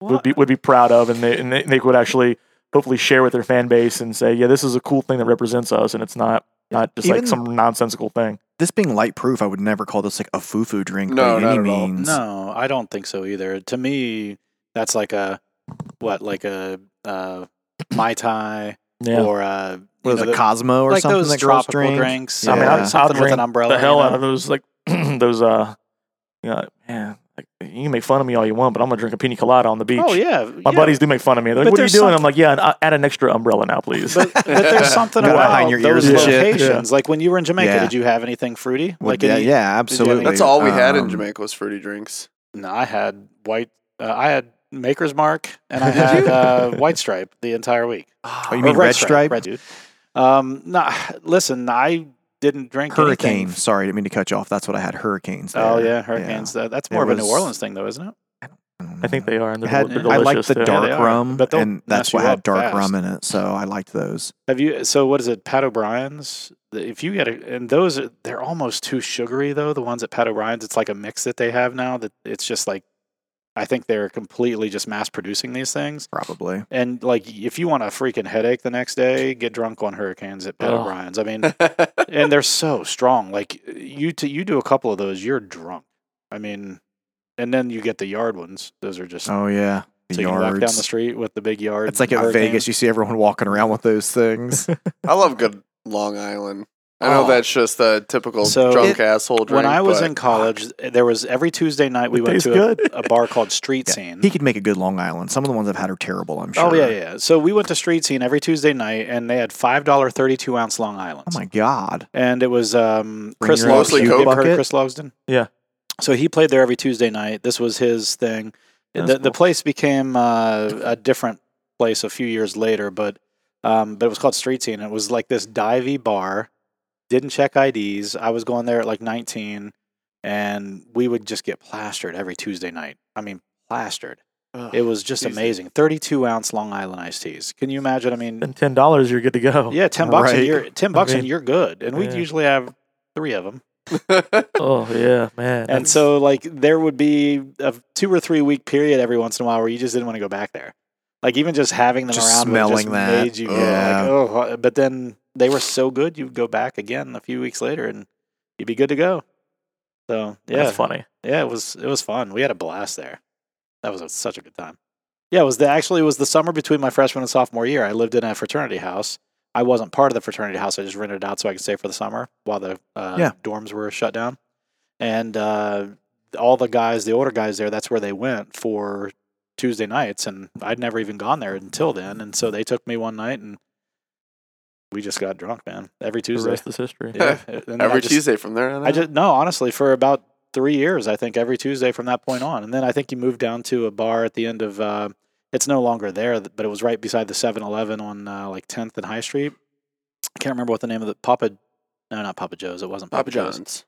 Speaker 5: would be would be proud of, and they and they, they would actually hopefully share with their fan base and say, yeah, this is a cool thing that represents us, and it's not not just
Speaker 2: Even-
Speaker 5: like some nonsensical thing.
Speaker 2: This being light proof, I would never call this like a foo foo drink
Speaker 4: No,
Speaker 2: by
Speaker 4: not
Speaker 2: any
Speaker 4: at all.
Speaker 2: means.
Speaker 1: No, I don't think so either. To me, that's like a what, like a uh, mai tai
Speaker 5: Yeah,
Speaker 1: or a you
Speaker 2: What is
Speaker 1: know,
Speaker 2: it,
Speaker 1: the-
Speaker 2: Cosmo or
Speaker 1: like
Speaker 2: something?
Speaker 1: those
Speaker 2: that girls
Speaker 1: tropical
Speaker 2: drink?
Speaker 1: drinks.
Speaker 2: I mean,
Speaker 1: or
Speaker 2: I'll- I'll
Speaker 1: something with
Speaker 5: drink
Speaker 1: an umbrella.
Speaker 5: the hell
Speaker 1: you know?
Speaker 5: out of those like those uh, you know, man, like, you can make fun of me all you want, but I'm gonna drink a pina colada on the beach.
Speaker 1: Oh yeah,
Speaker 5: My
Speaker 1: yeah.
Speaker 5: buddies do make fun of me. They're like,
Speaker 1: But
Speaker 5: what are you
Speaker 1: there's
Speaker 5: doing?
Speaker 1: some-
Speaker 5: I'm like, yeah, and, uh, add an extra umbrella now, please.
Speaker 1: But, but there's something
Speaker 2: Gotta
Speaker 1: about
Speaker 2: hide in your ears
Speaker 1: those
Speaker 2: and
Speaker 5: shit.
Speaker 1: locations. Like when you were in Jamaica,
Speaker 2: Yeah.
Speaker 1: did you have anything fruity?
Speaker 2: Well,
Speaker 1: like
Speaker 2: yeah,
Speaker 1: any-
Speaker 2: yeah,
Speaker 1: did you have
Speaker 2: absolutely.
Speaker 1: any-
Speaker 4: That's all we had in
Speaker 2: Um,
Speaker 4: Jamaica was fruity drinks.
Speaker 1: No, I had white. Uh, I had Maker's Mark, and I had uh, White Stripe the entire week.
Speaker 2: Oh, you
Speaker 1: Or
Speaker 2: mean Red Stripe?
Speaker 1: Red dude. Um, nah, listen, I didn't drink
Speaker 2: Hurricane.
Speaker 1: anything.
Speaker 2: Sorry, didn't mean to cut you off. That's what I had. Hurricanes.
Speaker 1: Oh
Speaker 2: there.
Speaker 1: yeah, hurricanes. That, that's
Speaker 2: It
Speaker 1: more of a New
Speaker 2: was-
Speaker 1: Orleans thing, though, isn't it?
Speaker 5: I think they are. And
Speaker 2: It
Speaker 5: they're,
Speaker 2: had,
Speaker 5: del- they're
Speaker 2: I liked
Speaker 5: delicious,
Speaker 2: the
Speaker 5: yeah.
Speaker 2: dark
Speaker 1: they are,
Speaker 2: rum,
Speaker 1: but they'll
Speaker 2: and that's
Speaker 1: mess
Speaker 2: what
Speaker 1: you
Speaker 2: had
Speaker 1: up
Speaker 2: dark
Speaker 1: fast.
Speaker 2: rum in it. So I liked those.
Speaker 1: Have you? So what is it? Pat O'Brien's. If you get a, and those are- they're almost too sugary though. The ones at Pat O'Brien's, it's like a mix that they have now. That it's just like, I think they're completely just mass producing these things.
Speaker 2: Probably.
Speaker 1: And like, if you want a freaking headache the next day, get drunk on Hurricanes at Pat
Speaker 5: Ugh.
Speaker 1: O'Brien's. I mean, and they're so strong. Like you, t- you do a couple of those, you're drunk. I mean, and then you get the yard ones. Those are just
Speaker 2: Oh yeah. The
Speaker 1: so you can walk down the street with the big yard.
Speaker 2: It's like at
Speaker 1: Hurricane.
Speaker 2: Vegas, you see everyone walking around with those things.
Speaker 4: I love good Long Island. I know
Speaker 1: Oh.
Speaker 4: that's just the typical
Speaker 1: So-
Speaker 4: drunk
Speaker 1: It-
Speaker 4: asshole drink.
Speaker 1: When I was
Speaker 4: but- um,
Speaker 1: in college, there was every Tuesday night we
Speaker 5: It
Speaker 1: went
Speaker 5: tastes
Speaker 1: to
Speaker 5: good.
Speaker 1: a, a bar called Street
Speaker 2: Yeah,
Speaker 1: Scene.
Speaker 2: He could make a good Long Island. Some of the ones I've had are terrible. I'm sure.
Speaker 1: Oh yeah, yeah. So we went to Street Scene every Tuesday night, and they had five dollar thirty two ounce Long Islands.
Speaker 2: Oh my god.
Speaker 1: and it was um,
Speaker 2: Bring
Speaker 1: Chris
Speaker 2: your own
Speaker 1: Logsdon.
Speaker 4: Mostly
Speaker 1: You
Speaker 4: Coke
Speaker 1: ever heard
Speaker 2: bucket?
Speaker 1: of Chris Logsdon?
Speaker 5: Yeah.
Speaker 1: So he played there every Tuesday night. This was his thing. The,
Speaker 5: That's
Speaker 1: the
Speaker 5: cool.
Speaker 1: place became uh, a different place a few years later, but um, but it was called Street Scene. It was like this divey bar. Didn't check IDs. I was going there at like 19, and we would just get plastered every Tuesday night. I mean, plastered.
Speaker 4: Ugh,
Speaker 1: It was just
Speaker 4: Jesus.
Speaker 1: amazing. 32 ounce Long Island iced teas. Can you imagine? I mean,
Speaker 5: And ten dollars, you're good to go.
Speaker 1: yeah, ten bucks
Speaker 2: Right.
Speaker 1: and you're ten bucks
Speaker 5: mean,
Speaker 1: and you're good. And we
Speaker 5: yeah.
Speaker 1: would usually have three of them.
Speaker 5: Oh yeah, man.
Speaker 1: And
Speaker 5: that's-
Speaker 1: so like there would be a two or three week period every once in a while where you just didn't want to go back there. Like even just having them
Speaker 2: Just
Speaker 1: around would just
Speaker 2: smelling that.
Speaker 1: made you
Speaker 2: Yeah.
Speaker 1: yeah. like, oh but then they were so good you'd go back again a few weeks later and you'd be good to go. So yeah.
Speaker 5: that's funny.
Speaker 1: Yeah, it was it was fun. We had a blast there. That was a, such a good time. Yeah, it was the actually it was the summer between my freshman and sophomore year. I lived in a fraternity house. I wasn't part of the fraternity house. I just rented it out so I could stay for the summer while the uh,
Speaker 2: Yeah.
Speaker 1: dorms were shut down. And uh, all the guys, the older guys there, that's where they went for Tuesday nights, and I'd never even gone there until then. And so they took me one night, and we just got drunk, man, every
Speaker 5: The
Speaker 1: Tuesday.
Speaker 5: rest is history.
Speaker 1: Yeah, and then I
Speaker 4: Every
Speaker 1: just-
Speaker 4: Tuesday from there on
Speaker 1: I
Speaker 4: out.
Speaker 1: just no, honestly, for about three years, I think every Tuesday from that point on, and then I think you moved down to a bar at the end of. Uh, it's no longer there, but it was right beside the 7-Eleven on uh, like 10th and High Street. I can't remember what the name of the Papa. No, not Papa Joe's. It wasn't Papa,
Speaker 4: Papa
Speaker 1: Joe's.
Speaker 4: John's.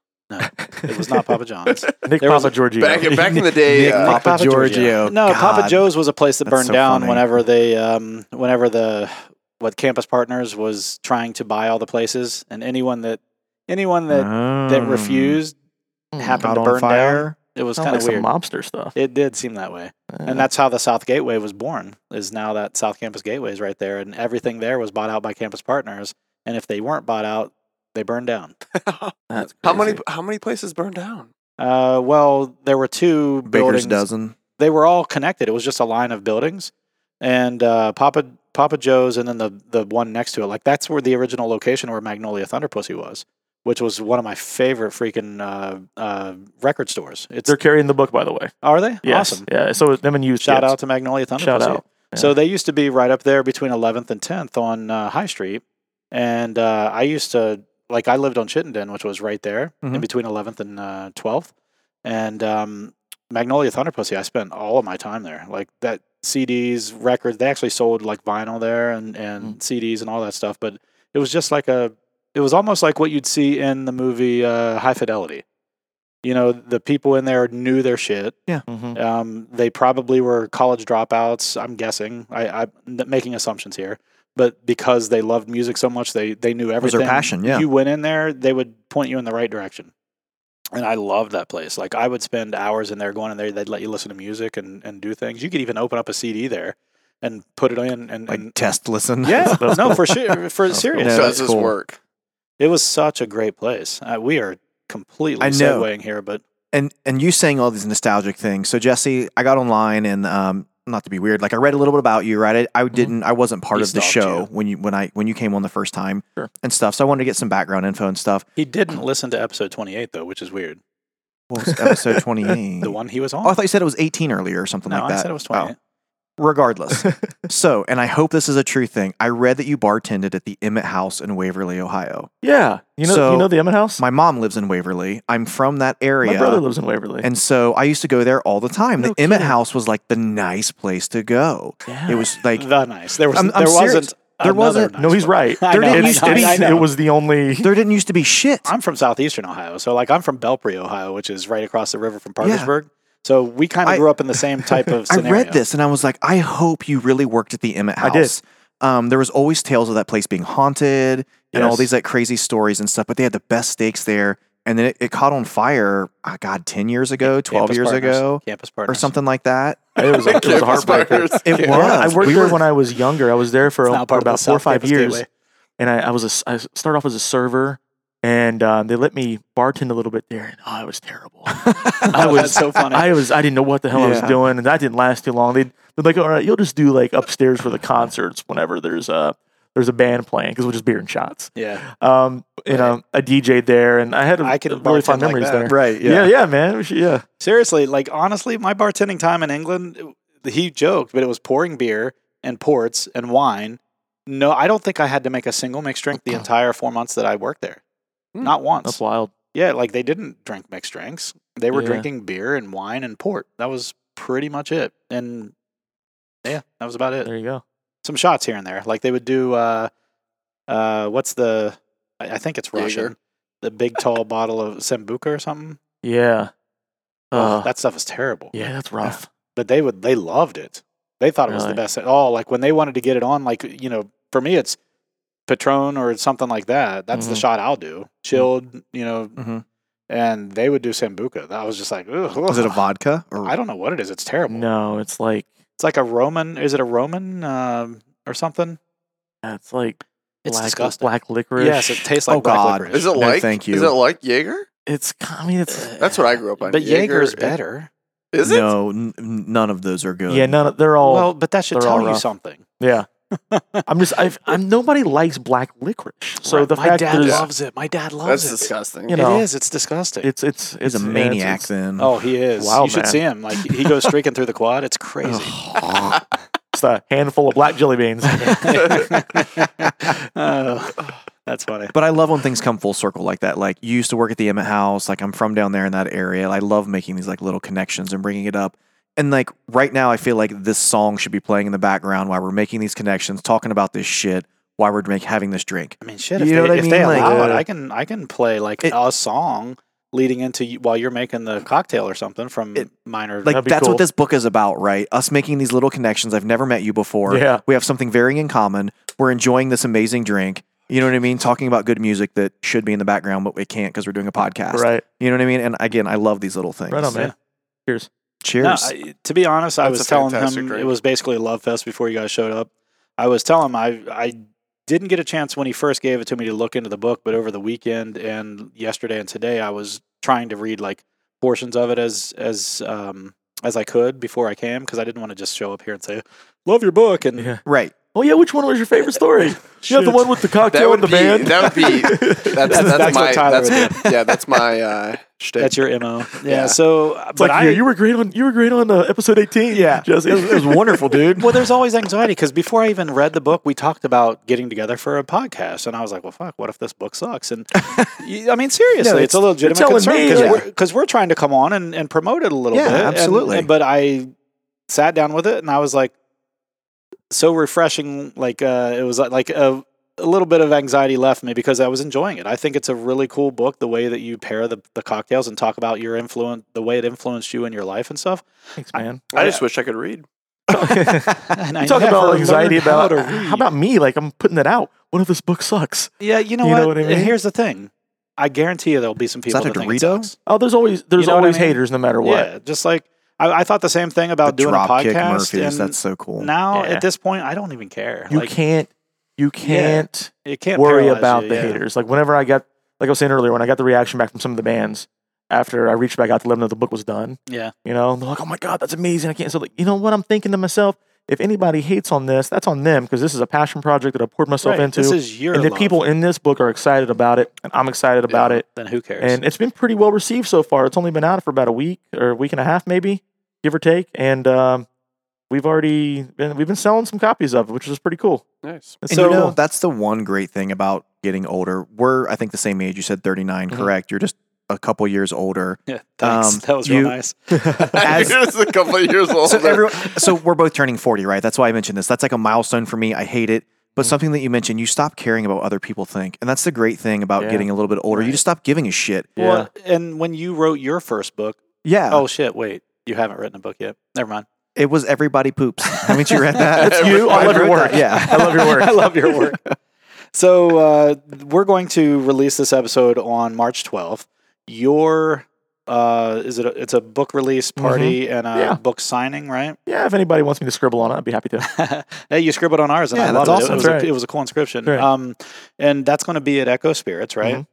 Speaker 1: It was not Papa John's.
Speaker 5: Nick
Speaker 1: There was
Speaker 5: Papa Giorgio.
Speaker 4: Back in, back in the day,
Speaker 2: Nick
Speaker 4: uh,
Speaker 2: Papa Giorgio.
Speaker 1: No, Papa
Speaker 2: God.
Speaker 1: Joe's was a place that
Speaker 2: That's
Speaker 1: burned
Speaker 2: so
Speaker 1: down
Speaker 2: funny.
Speaker 1: whenever they, um, whenever the what Campus Partners was trying to buy all the places, and anyone that anyone that that
Speaker 2: Oh.
Speaker 1: refused happened
Speaker 2: Caught
Speaker 1: to
Speaker 2: on
Speaker 1: burn down.
Speaker 2: fire.
Speaker 1: It was
Speaker 5: Sounds
Speaker 1: kind
Speaker 5: like
Speaker 1: of weird.
Speaker 5: some mobster stuff.
Speaker 1: It did seem that way.
Speaker 5: Yeah.
Speaker 1: And that's how the South Gateway was born, is now that South Campus Gateway is right there. And everything there was bought out by campus partners. And if they weren't bought out, they burned down.
Speaker 5: That's
Speaker 4: how many
Speaker 5: crazy.
Speaker 4: how many places burned down?
Speaker 1: Uh, well, there were two
Speaker 2: Baker's
Speaker 1: buildings.
Speaker 2: dozen.
Speaker 1: They were all connected. It was just a line of buildings. And uh, Papa Papa Joe's and then the, the one next to it. Like that's where the original location where Magnolia Thunder Pussy was, which was one of my favorite freaking uh, uh, record stores. It's
Speaker 5: They're carrying the book, by the way.
Speaker 1: Are they?
Speaker 5: Yes.
Speaker 1: Awesome.
Speaker 5: Yeah. So it's them and used.
Speaker 1: Shout
Speaker 5: kids.
Speaker 1: out to Magnolia Thunder
Speaker 5: Shout
Speaker 1: Pussy.
Speaker 5: out.
Speaker 1: So
Speaker 5: Yeah.
Speaker 1: they used to be right up there between 11th and 10th on uh, High Street, and uh, I used to like I lived on Chittenden, which was right there in
Speaker 5: Mm-hmm.
Speaker 2: Mhm.
Speaker 1: between 11th and uh, 12th, and um, Magnolia Thunder Pussy. I spent all of my time there, like that CDs, records. They actually sold like vinyl there and and
Speaker 5: Mm.
Speaker 1: CDs and all that stuff. But it was just like a, it was almost like what you'd see in the movie uh, High Fidelity. You know, the people in there knew their shit.
Speaker 2: Mm-hmm.
Speaker 5: Mhm.
Speaker 1: Um, they probably were college dropouts. I'm guessing. I, I'm n- making assumptions here, but because they loved music so much, they they knew
Speaker 2: was
Speaker 1: everything.
Speaker 2: their passion, yeah.
Speaker 1: you went in there, they would point you in the right direction. And I loved that place. Like I would spend hours in there going in there. They'd let you listen to music and, and do things. You could even open up a CD there and put it in and,
Speaker 2: Like
Speaker 1: and
Speaker 2: test listen.
Speaker 1: yeah,
Speaker 5: That's
Speaker 1: no,
Speaker 5: cool.
Speaker 1: for sure, for serious.
Speaker 2: Yeah,
Speaker 4: Does
Speaker 2: that's
Speaker 4: this
Speaker 2: cool.
Speaker 4: work?
Speaker 1: It was such a great place. Uh, we are completely
Speaker 2: I know.
Speaker 1: segueing here, but
Speaker 2: and and you saying all these nostalgic things. So Jesse, I got online and um, not to be weird, like I read a little bit about you, right? I, I didn't, I wasn't part
Speaker 1: Mm-hmm. He
Speaker 2: of the
Speaker 1: stalked
Speaker 2: show
Speaker 1: you.
Speaker 2: when you when I when you came on the first time
Speaker 5: Sure.
Speaker 2: and stuff. So I wanted to get some background info and stuff.
Speaker 1: he didn't listen to episode 28 though, which is weird.
Speaker 2: What was episode 28?
Speaker 1: The one he was on.
Speaker 2: Oh, I thought you said it was 18 earlier or something
Speaker 1: no,
Speaker 2: like that.
Speaker 1: I said it was
Speaker 2: Oh.
Speaker 1: 20.
Speaker 2: Regardless. so, and I hope this is a true thing. I read that you bartended at the Emmett House in Waverly, Ohio.
Speaker 5: Yeah, you know,
Speaker 2: So,
Speaker 5: you know the Emmett House.
Speaker 2: My mom lives in Waverly. I'm from that area.
Speaker 5: My brother lives in Waverly.
Speaker 2: and so I used to go there all the time.
Speaker 5: No
Speaker 2: the Emmett
Speaker 5: kidding.
Speaker 2: House was like the nice place to go.
Speaker 5: yeah.
Speaker 2: It was like
Speaker 1: the nice. There was.
Speaker 2: I'm- I'm
Speaker 1: there
Speaker 2: serious.
Speaker 1: wasn't.
Speaker 2: There
Speaker 1: another
Speaker 2: wasn't-
Speaker 1: nice
Speaker 5: no, he's
Speaker 1: one.
Speaker 5: right.
Speaker 1: I
Speaker 2: There
Speaker 1: know,
Speaker 2: didn't
Speaker 1: I
Speaker 2: used
Speaker 1: know,
Speaker 2: to be-
Speaker 1: I know.
Speaker 5: It was the only.
Speaker 2: there didn't used to be shit.
Speaker 1: I'm from southeastern Ohio, so like I'm from Belpre, Ohio, which is right across the river from
Speaker 2: Yeah.
Speaker 1: Parkersburg. So we kind
Speaker 2: I-
Speaker 1: of grew up in the same type of.
Speaker 2: I
Speaker 1: Scenario.
Speaker 2: read this and I was like, I hope you really worked at the Emmett
Speaker 5: I
Speaker 2: House.
Speaker 5: did.
Speaker 2: Um, there was always tales of that place being haunted and all
Speaker 5: Yes.
Speaker 2: these like crazy stories and stuff, but they had the best steaks there. And then it, it caught on fire, ah, God, 10 years ago, 12
Speaker 1: Campus
Speaker 2: years
Speaker 1: partners.
Speaker 2: ago,
Speaker 1: Campus
Speaker 2: or
Speaker 1: partners
Speaker 2: something like that.
Speaker 5: It was a, it was a heartbreaker.
Speaker 4: Campus fires.
Speaker 2: It
Speaker 4: Yeah.
Speaker 2: was.
Speaker 5: I worked
Speaker 2: We
Speaker 5: there
Speaker 2: were-
Speaker 5: when I was younger. I was there for,
Speaker 1: It's
Speaker 5: a-
Speaker 1: not
Speaker 5: for
Speaker 1: part of the
Speaker 5: about four or
Speaker 1: South
Speaker 5: five
Speaker 1: Campus
Speaker 5: years,
Speaker 1: Gateway.
Speaker 5: and I, I was a s- I started off as a server, and uh, they let me bartend a little bit there, and oh, it was terrible. I
Speaker 1: Oh, that's
Speaker 5: was
Speaker 1: so funny.
Speaker 5: I was I didn't know what the hell I was
Speaker 2: Yeah.
Speaker 5: doing, and that didn't last too long. They they're like, all right, you'll just do like upstairs for the concerts whenever there's a there's a band playing because we'll just beer and shots.
Speaker 1: yeah.
Speaker 5: Um, and
Speaker 1: Right.
Speaker 5: um, I DJ'd there, and I had a
Speaker 1: I can
Speaker 5: really
Speaker 1: bartend
Speaker 5: fond
Speaker 1: like
Speaker 5: memories
Speaker 1: that.
Speaker 5: there.
Speaker 2: Right.
Speaker 5: Yeah. yeah, man. We should- yeah,
Speaker 1: Seriously, like honestly, my bartending time in England, it- he joked, but it was pouring beer and ports and wine. No, I don't think I had to make a single mixed drink the entire four months that I worked there.
Speaker 4: Hmm.
Speaker 1: Not once.
Speaker 5: that's wild.
Speaker 1: Yeah, like they didn't drink mixed drinks. They were
Speaker 5: Yeah.
Speaker 1: drinking beer and wine and port. That was pretty much it. And yeah, that was about it.
Speaker 5: There you go.
Speaker 1: Some shots here and there. Like they would do uh uh what's the I, I think it's
Speaker 4: Jaeger.
Speaker 1: Russian. The big tall bottle of Sambuca or something.
Speaker 5: Yeah.
Speaker 1: Ugh,
Speaker 5: Uh,
Speaker 1: that stuff is terrible.
Speaker 5: yeah, that's rough.
Speaker 1: But they would they loved it. They thought it was the
Speaker 5: Really?
Speaker 1: best at all. Like when they wanted to get it on, like you know, for me it's Patron or something like that. That's the
Speaker 5: Mhm.
Speaker 1: shot I'll do. Chilled, you know,
Speaker 5: Mm-hmm.
Speaker 2: Mhm.
Speaker 1: and they would do sambuca. That was just like, ugh,
Speaker 2: Was it a vodka? Or
Speaker 1: I don't know what it is. It's terrible.
Speaker 5: No, it's like
Speaker 1: It's like a Roman. Is it a Roman um, or something?
Speaker 5: it's like
Speaker 1: It's
Speaker 5: black,
Speaker 1: disgusting.
Speaker 5: black licorice.
Speaker 1: Yes, it tastes like
Speaker 2: Oh,
Speaker 1: black
Speaker 2: God.
Speaker 1: licorice.
Speaker 4: Is it
Speaker 2: No,
Speaker 4: like?
Speaker 2: thank you.
Speaker 4: Is it like Jaeger?
Speaker 5: it's. I mean, it's.
Speaker 4: That's what I grew up on.
Speaker 1: but Jaeger's
Speaker 4: Jaeger-
Speaker 1: better.
Speaker 4: Is it?
Speaker 2: no, n- n- none of those are good.
Speaker 5: Yeah, no, no, they're all.
Speaker 1: well, but that should
Speaker 5: Oh, they're all
Speaker 1: tell you
Speaker 5: rough.
Speaker 1: something.
Speaker 5: yeah, I'm just. I've, I'm. Nobody likes black licorice. So
Speaker 1: Right,
Speaker 5: the
Speaker 1: my
Speaker 5: fact
Speaker 1: dad
Speaker 5: there's,
Speaker 1: loves it. My dad loves
Speaker 4: That's
Speaker 1: it.
Speaker 4: disgusting.
Speaker 5: You know,
Speaker 1: It is. It's disgusting.
Speaker 5: it's it's
Speaker 2: He's
Speaker 5: it's
Speaker 2: a
Speaker 5: yeah, it's-
Speaker 2: maniac
Speaker 5: it's-
Speaker 2: then.
Speaker 1: oh, he is.
Speaker 5: Wow,
Speaker 1: you should
Speaker 5: man.
Speaker 1: see him. Like he goes streaking through the quad. It's crazy.
Speaker 5: It's a handful of black jelly beans.
Speaker 1: oh, that's funny.
Speaker 2: But I love when things come full circle like that. Like you used to work at the Emmett House. Like I'm from down there in that area. I love making these like little connections and bringing it up. And like right now, I feel like this song should be playing in the background while we're making these connections, talking about this shit, while we're make, having this drink.
Speaker 1: I mean, shit. If,
Speaker 2: You know
Speaker 1: they,
Speaker 2: what I
Speaker 1: if they
Speaker 2: mean? Like,
Speaker 1: allow it,
Speaker 5: uh,
Speaker 1: I can I can play like
Speaker 2: It-
Speaker 1: a song leading into you, while you're making the cocktail or something from
Speaker 2: It-
Speaker 1: minor.
Speaker 2: Like
Speaker 5: That'd be
Speaker 2: that's
Speaker 5: cool.
Speaker 2: what this book is about, right? Us making these little connections. I've never met you before.
Speaker 5: Yeah.
Speaker 2: We have something varying in common. We're enjoying this amazing drink. You know what I mean? Talking about good music that should be in the background, but we can't because we're doing a podcast.
Speaker 5: right.
Speaker 2: You know what I mean? And again, I love these little things.
Speaker 5: Right on, man.
Speaker 1: Yeah.
Speaker 5: Cheers.
Speaker 2: Cheers.
Speaker 1: no, I, to be honest, I
Speaker 4: That's
Speaker 1: was
Speaker 4: a
Speaker 1: telling
Speaker 4: fantastic
Speaker 1: him it
Speaker 4: drink.
Speaker 1: was basically a love fest before you guys showed up. I was telling him I I didn't get a chance when he first gave it to me to look into the book, but over the weekend and yesterday and today, I was trying to read like portions of it as as um as I could before I came because I didn't want to just show up here and say love your book and
Speaker 5: Yeah.
Speaker 2: right.
Speaker 5: Oh yeah, which one was your favorite story? yeah, the
Speaker 1: Shit.
Speaker 5: one with the
Speaker 4: That
Speaker 5: cocktail
Speaker 4: would
Speaker 5: and the
Speaker 4: be.
Speaker 5: band.
Speaker 4: That would be. That's, that's,
Speaker 1: that's what
Speaker 4: my.
Speaker 1: Tyler
Speaker 4: that's, yeah, that's my uh, shtick.
Speaker 1: that's your mo. Yeah.
Speaker 4: Yeah.
Speaker 1: So,
Speaker 5: It's
Speaker 1: but
Speaker 5: like
Speaker 1: I,
Speaker 5: you, you were great on you were great on uh, episode eighteen.
Speaker 2: Yeah.
Speaker 5: Jesse.
Speaker 2: It was wonderful, dude.
Speaker 1: well, there's always anxiety because before I even read the book, we talked about getting together for a podcast, and I was like, "Well, fuck, what if this book sucks?" And you, I mean, seriously,
Speaker 2: No,
Speaker 1: it's,
Speaker 2: it's-
Speaker 1: a legitimate
Speaker 5: you're telling
Speaker 1: concern
Speaker 5: me,
Speaker 1: because
Speaker 5: like-
Speaker 1: we're, 'cause we're trying to come on and, and promote it a little
Speaker 2: Yeah,
Speaker 1: bit. and-
Speaker 2: absolutely.
Speaker 1: and- but I sat down with it, and I was like, so refreshing. Like uh, it was like- like a, a little bit of anxiety left me because I was enjoying it. I think it's a really cool book. The way that you pair the, the cocktails and talk about your influence, the way it influenced you in your life and stuff.
Speaker 5: Thanks, man.
Speaker 4: I just wish I could read.
Speaker 1: And I
Speaker 5: You talk
Speaker 1: never
Speaker 5: about anxiety
Speaker 1: learned how
Speaker 5: about
Speaker 1: to
Speaker 5: how,
Speaker 1: read.
Speaker 5: about me? Like I'm putting that out. What if this book sucks?
Speaker 1: Yeah, you know,
Speaker 5: You
Speaker 1: what?
Speaker 5: know what I mean?
Speaker 1: And here's the thing. I guarantee you there'll be some people
Speaker 2: that a
Speaker 1: think it
Speaker 2: Dorito?
Speaker 1: sucks.
Speaker 5: Oh, there's always there's
Speaker 1: You know what I
Speaker 5: always
Speaker 1: mean?
Speaker 5: haters no matter what.
Speaker 1: Yeah, just like I, I thought the same thing about
Speaker 2: The
Speaker 1: doing a
Speaker 2: Dropkick
Speaker 1: podcast.
Speaker 2: Murphys.
Speaker 1: and
Speaker 2: That's so cool.
Speaker 1: Now
Speaker 5: Yeah.
Speaker 1: at this point, I don't even care.
Speaker 5: You
Speaker 1: like,
Speaker 5: can't you can't
Speaker 1: it can't
Speaker 5: worry
Speaker 1: paralyze
Speaker 5: about
Speaker 1: you,
Speaker 5: the
Speaker 1: yeah.
Speaker 5: haters. Like whenever I got like I was saying earlier, when I got the reaction back from some of the bands after I reached back out to let them know the book was done.
Speaker 1: Yeah,
Speaker 5: You know, they're like, "Oh my god, that's amazing! I can't." So, like, you know what I'm thinking to myself? If anybody hates on this, that's on them because this is a passion project that I poured myself
Speaker 1: Right,
Speaker 5: into.
Speaker 1: this is your
Speaker 5: and the
Speaker 1: love.
Speaker 5: people in this book are excited about it, and I'm excited about it.
Speaker 1: Then who cares?
Speaker 5: And it's been pretty well received so far. It's only been out for about a week or a week and a half, maybe, give or take. And um, we've already been we've been selling some copies of it, which is pretty cool.
Speaker 4: Nice.
Speaker 5: And
Speaker 2: And
Speaker 5: so
Speaker 2: you know, that's the one great thing about getting older. We're, I think, the same age. You said 39,
Speaker 5: Mm-hmm.
Speaker 1: Mhm.
Speaker 2: correct? You're just a couple years older.
Speaker 1: yeah, thanks.
Speaker 2: um,
Speaker 1: that was real
Speaker 2: you-
Speaker 1: nice.
Speaker 2: As-
Speaker 4: You're just a couple of years old.
Speaker 2: so everyone, so we're both turning 40, right? That's why I mentioned this. That's like a milestone for me. I hate it.
Speaker 5: Mm-hmm.
Speaker 2: But something that you mentioned, you stop caring about what other people think. And that's the great thing about
Speaker 5: Yeah.
Speaker 2: getting a little bit older. You just stop giving a shit.
Speaker 1: Well, and when you wrote your first book,
Speaker 2: Yeah.
Speaker 1: oh shit, wait, you haven't written a book yet. Never mind.
Speaker 2: It was Everybody Poops. Haven't you read that?
Speaker 5: Oh,
Speaker 4: That's you. I love your
Speaker 2: wrote
Speaker 4: work.
Speaker 2: that, Yeah.
Speaker 5: I love your work.
Speaker 1: I love your work. So uh, we're going to release this episode on March 12th. Your uh, is it? A, it's a book release party and a
Speaker 5: Mm-hmm. Yeah.
Speaker 1: book signing, right?
Speaker 5: yeah, if anybody wants me to scribble on it, I'd be happy to.
Speaker 1: hey, you scribbled on ours, and
Speaker 2: Yeah,
Speaker 1: I
Speaker 2: that's
Speaker 1: loved it.
Speaker 2: awesome.
Speaker 1: It was,
Speaker 5: Right.
Speaker 1: a, it was a cool inscription.
Speaker 5: Right.
Speaker 1: Um, and that's going to be at Echo Spirits, right?
Speaker 5: Mhm.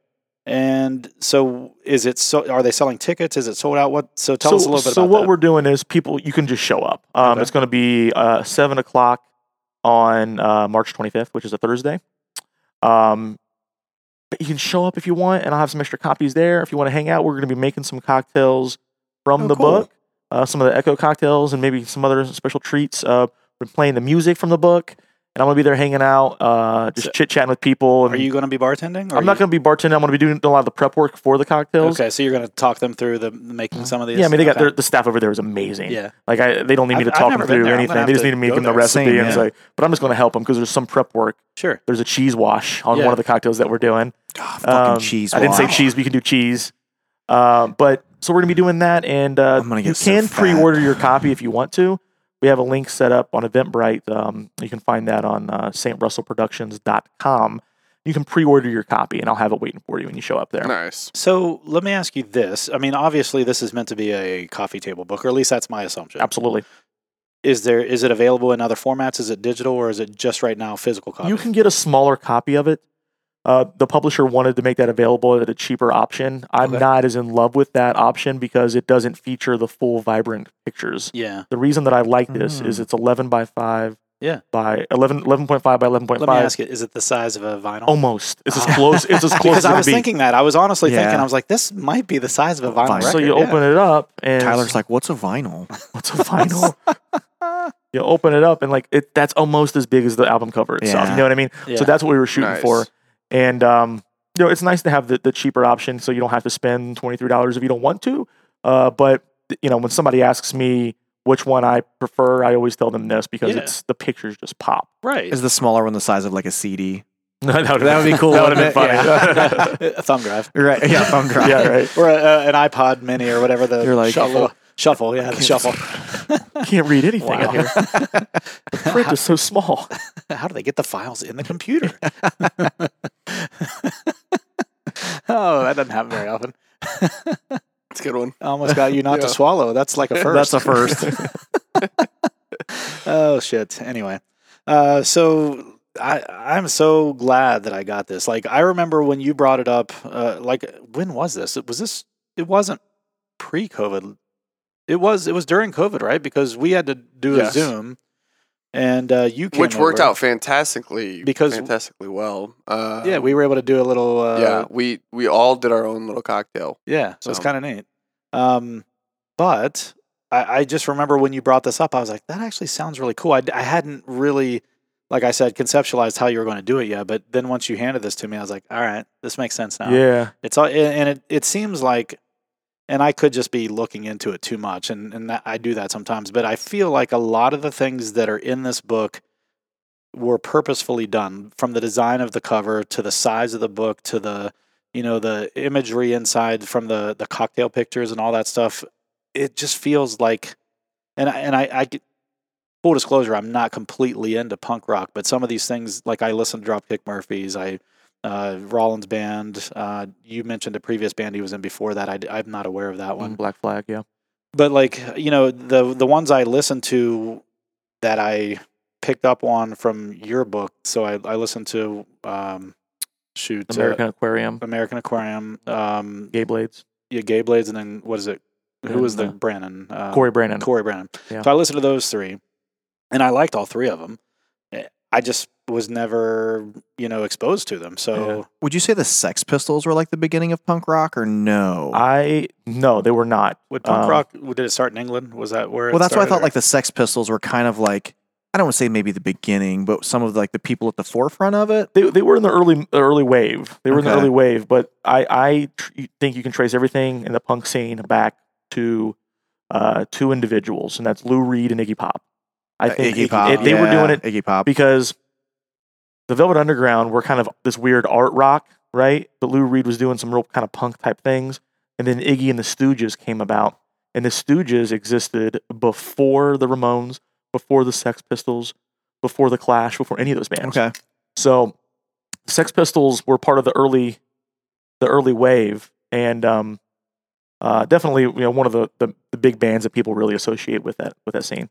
Speaker 1: And so, is it? So, are they selling tickets? Is it sold out? What? So, tell
Speaker 5: so,
Speaker 1: us a little bit
Speaker 5: so
Speaker 1: about
Speaker 5: what
Speaker 1: that.
Speaker 5: we're doing is people you can just show up. Um,
Speaker 1: Okay.
Speaker 5: It's going to be uh, seven o'clock on uh, March 25th, which is a Thursday. Um, but you can show up if you want, and I'll have some extra copies there if you want to hang out. We're going to be making some cocktails from
Speaker 2: Oh,
Speaker 5: the
Speaker 2: cool.
Speaker 5: book, uh, some of the Echo cocktails, and maybe some other special treats. Uh, we're playing the music from the book, and I'm going to be there hanging out, uh, just
Speaker 1: So-
Speaker 5: chit chatting with people.
Speaker 1: are
Speaker 5: and-
Speaker 1: you going to be bartending? or
Speaker 5: I'm not
Speaker 1: you-
Speaker 5: going to be bartending. I'm going to be doing a lot of the prep work for the cocktails.
Speaker 1: Okay, so you're going to talk them through the the making some of these.
Speaker 5: Mm-hmm. Yeah, I mean they got
Speaker 1: Okay.
Speaker 5: their, the staff over there is amazing.
Speaker 1: Yeah.
Speaker 5: Like I, they don't need me
Speaker 1: I've-
Speaker 5: to
Speaker 1: I've
Speaker 5: talk
Speaker 1: never
Speaker 5: them
Speaker 1: been
Speaker 5: through
Speaker 1: there. I'm gonna
Speaker 5: anything.
Speaker 1: have
Speaker 5: They just
Speaker 1: to
Speaker 5: need me to
Speaker 1: go
Speaker 5: give them the
Speaker 1: there.
Speaker 5: recipe,
Speaker 2: Same,
Speaker 5: and it's
Speaker 2: yeah.
Speaker 5: like, but I'm just going to help them because there's some prep work.
Speaker 1: sure.
Speaker 5: There's a cheese wash on
Speaker 1: Yeah.
Speaker 5: one of the cocktails that we're doing.
Speaker 2: Ah, fucking
Speaker 5: Um,
Speaker 2: cheese.
Speaker 5: I didn't say
Speaker 2: wad.
Speaker 5: cheese. We can do cheese. Uh, but so we're going to be doing that, and uh,
Speaker 2: I'm gonna
Speaker 5: you
Speaker 2: get so
Speaker 5: can
Speaker 2: fat.
Speaker 5: pre-order your copy if you want to. We have a link set up on Eventbrite. Um, you can find that on uh, strussellproductions.com. You can pre-order your copy, and I'll have it waiting for you when you show up there.
Speaker 4: nice.
Speaker 1: So let me ask you this. I mean, obviously, this is meant to be a coffee table book, or at least that's my assumption.
Speaker 5: Absolutely.
Speaker 1: Is there is it available in other formats? Is it digital, or is it just right now physical copy?
Speaker 5: You can get a smaller copy of it. Uh, the publisher wanted to make that available at a cheaper option. I'm
Speaker 1: Okay.
Speaker 5: not as in love with that option because it doesn't feature the full vibrant pictures.
Speaker 1: Yeah.
Speaker 5: The reason that I like this is it's 11 by 5
Speaker 1: Mm. Yeah.
Speaker 5: by 11, 11.5 by Oh, 11.5.
Speaker 1: Let me ask it. Is it the size of a vinyl?
Speaker 5: Almost. It's as
Speaker 1: Ah.
Speaker 5: close. It's as close
Speaker 1: because
Speaker 5: as
Speaker 1: I
Speaker 5: it
Speaker 1: was
Speaker 5: could be.
Speaker 1: thinking that. I was honestly thinking.
Speaker 2: Yeah.
Speaker 1: I was like, this might be the size of a vinyl
Speaker 2: Vinyl.
Speaker 1: record.
Speaker 5: so you
Speaker 1: yeah.
Speaker 5: open it up and
Speaker 2: Tyler's like, what's a vinyl?
Speaker 5: what's a vinyl? you open it up and like it that's almost as big as the album cover itself.
Speaker 2: Yeah.
Speaker 5: You know what I mean?
Speaker 1: Yeah.
Speaker 5: So that's what we were shooting
Speaker 4: Nice.
Speaker 5: for. And um, you know, it's nice to have the, the cheaper option so you don't have to spend twenty three dollars if you don't want to. Uh, but you know, when somebody asks me which one I prefer, I always tell them this because
Speaker 1: Yeah.
Speaker 5: it's the pictures just pop.
Speaker 1: right.
Speaker 2: Is the smaller one the size of like a CD?
Speaker 5: No, that would
Speaker 2: That would be cool,
Speaker 5: That would have been funny.
Speaker 2: wouldn't
Speaker 5: Yeah,
Speaker 1: a thumb drive
Speaker 2: Right. uh, Yeah, thumb drive.
Speaker 5: right.
Speaker 1: or a, a, an iPod Mini or whatever the
Speaker 2: You're like-
Speaker 5: "Oh,
Speaker 1: shuffle. Shuffle, yeah, the shuffle.
Speaker 5: Can't read anything
Speaker 1: Wow.
Speaker 5: in here. The print is so small.
Speaker 1: How do they get the files in the computer? oh, that doesn't happen very often.
Speaker 4: That's a good one.
Speaker 1: I almost got you not to
Speaker 4: Yeah.
Speaker 1: swallow. That's like a first.
Speaker 2: That's a first.
Speaker 1: oh shit. Anyway, uh, so I I'm so glad that I got this. Like I remember when you brought it up. Uh, like when was this? It was this. It wasn't pre-COVID. It was. It was during COVID, right? Because we had to do
Speaker 4: Yes.
Speaker 1: a Zoom, and uh, you came
Speaker 4: Which worked
Speaker 1: over.
Speaker 4: out fantastically
Speaker 1: Because-
Speaker 4: fantastically well. Uh,
Speaker 1: Yeah, we were able to do a little. Uh,
Speaker 4: yeah, we we all did our own little cocktail.
Speaker 1: Yeah, so it's
Speaker 4: So-
Speaker 1: kind of neat. Um, but I, I just remember when you brought this up, I was like, that actually sounds really cool. I, d- I hadn't really, like I said, conceptualized how you were going to do it yet. But then once you handed this to me, I was like, all right, this makes sense now.
Speaker 5: Yeah.
Speaker 1: It's all, and- and it, it seems like, and I could just be looking into it too much, and and that, I do that sometimes. But I feel like a lot of the things that are in this book were purposefully done, from the design of the cover to the size of the book to the you know the imagery inside from the the cocktail pictures and all that stuff. It just feels like, and I, and I, I get- full disclosure, I'm not completely into punk rock, but some of these things, like I listen to Dropkick Murphys, I uh, Rollins band. Uh, you mentioned a previous band he was in before that. I, am not aware of that one.
Speaker 5: Black flag, yeah.
Speaker 1: But like you know, the the ones I listened to that I picked up on from your book. So I, I listened to um, shoot uh,
Speaker 5: American Aquarium,
Speaker 1: American Aquarium, um,
Speaker 5: Gay Blades,
Speaker 1: yeah, Gay Blades, and then what is it? Who was the
Speaker 5: And,
Speaker 1: Brandon? Uh,
Speaker 5: Corey Brandon.
Speaker 1: Corey Brandon.
Speaker 5: Yeah.
Speaker 1: So I listened to those three, and I liked all three of them. Eh, I just was never, you know, exposed to them. So
Speaker 2: Would you say the Sex Pistols were like the beginning of punk rock, or no?
Speaker 5: I no, they were not.
Speaker 1: would punk
Speaker 5: Um,
Speaker 1: rock did it start in England? Was that where?
Speaker 2: well,
Speaker 1: it
Speaker 2: that's why I
Speaker 1: started,
Speaker 2: thought
Speaker 1: or-
Speaker 2: like the Sex Pistols were kind of like I don't want to say maybe the beginning, but some of like the people at the forefront of it.
Speaker 5: They, they were in the early the early wave. They were in the
Speaker 2: Okay.
Speaker 5: early wave, but I I tr- think you can trace everything in the punk scene back to uh, two individuals, and that's Lou Reed and Iggy Pop. I
Speaker 2: Uh,
Speaker 5: think
Speaker 2: Iggy Pop,
Speaker 5: it- they were doing
Speaker 2: yeah,
Speaker 5: it
Speaker 2: Iggy Pop.
Speaker 5: because the Velvet Underground were kind of this weird art rock, right? But Lou Reed was doing some real kind of punk type things, and then Iggy and the Stooges came about, and the Stooges existed before the Ramones, before the Sex Pistols, before the Clash, before any of those bands.
Speaker 2: okay,
Speaker 5: So, Sex Pistols were part of the early, the early wave, and um, uh, definitely you know one of the, the the big bands that people really associate with that with that scene.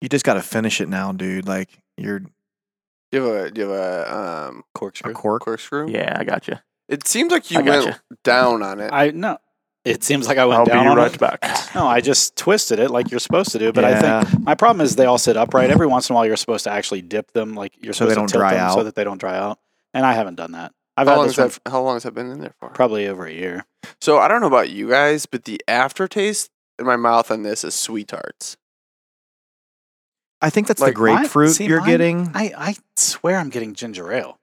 Speaker 2: you just got to finish it now, dude. Like you're
Speaker 4: Do you have a do you have a um corkscrew?
Speaker 2: cork?
Speaker 4: corkscrew?
Speaker 5: Yeah, I got you.
Speaker 4: It seems like you
Speaker 5: I got
Speaker 4: went
Speaker 5: you.
Speaker 4: down on it.
Speaker 1: I no. It seems like I went
Speaker 5: I'll be
Speaker 1: down on
Speaker 5: right
Speaker 1: it.
Speaker 5: back.
Speaker 1: No, I just twisted it like you're supposed to do. But I
Speaker 2: Yeah.
Speaker 1: think my problem is they all sit upright. Every once in a while, you're supposed to actually dip them, like you're
Speaker 2: So they
Speaker 1: supposed
Speaker 2: don't
Speaker 1: to tilt
Speaker 2: dry
Speaker 1: them so
Speaker 2: out.
Speaker 1: that they don't dry out. And I haven't done that. I've
Speaker 4: how
Speaker 1: had
Speaker 4: long
Speaker 1: this
Speaker 4: has
Speaker 1: one
Speaker 4: that how long has that been in there for?
Speaker 1: probably over a year.
Speaker 4: So I don't know about you guys, but the aftertaste in my mouth on this is sweet tarts.
Speaker 2: I think that's
Speaker 4: Like,
Speaker 2: the grapefruit
Speaker 1: Mine- see,
Speaker 2: you're
Speaker 1: mine-
Speaker 2: getting.
Speaker 1: I, I swear I'm getting ginger ale.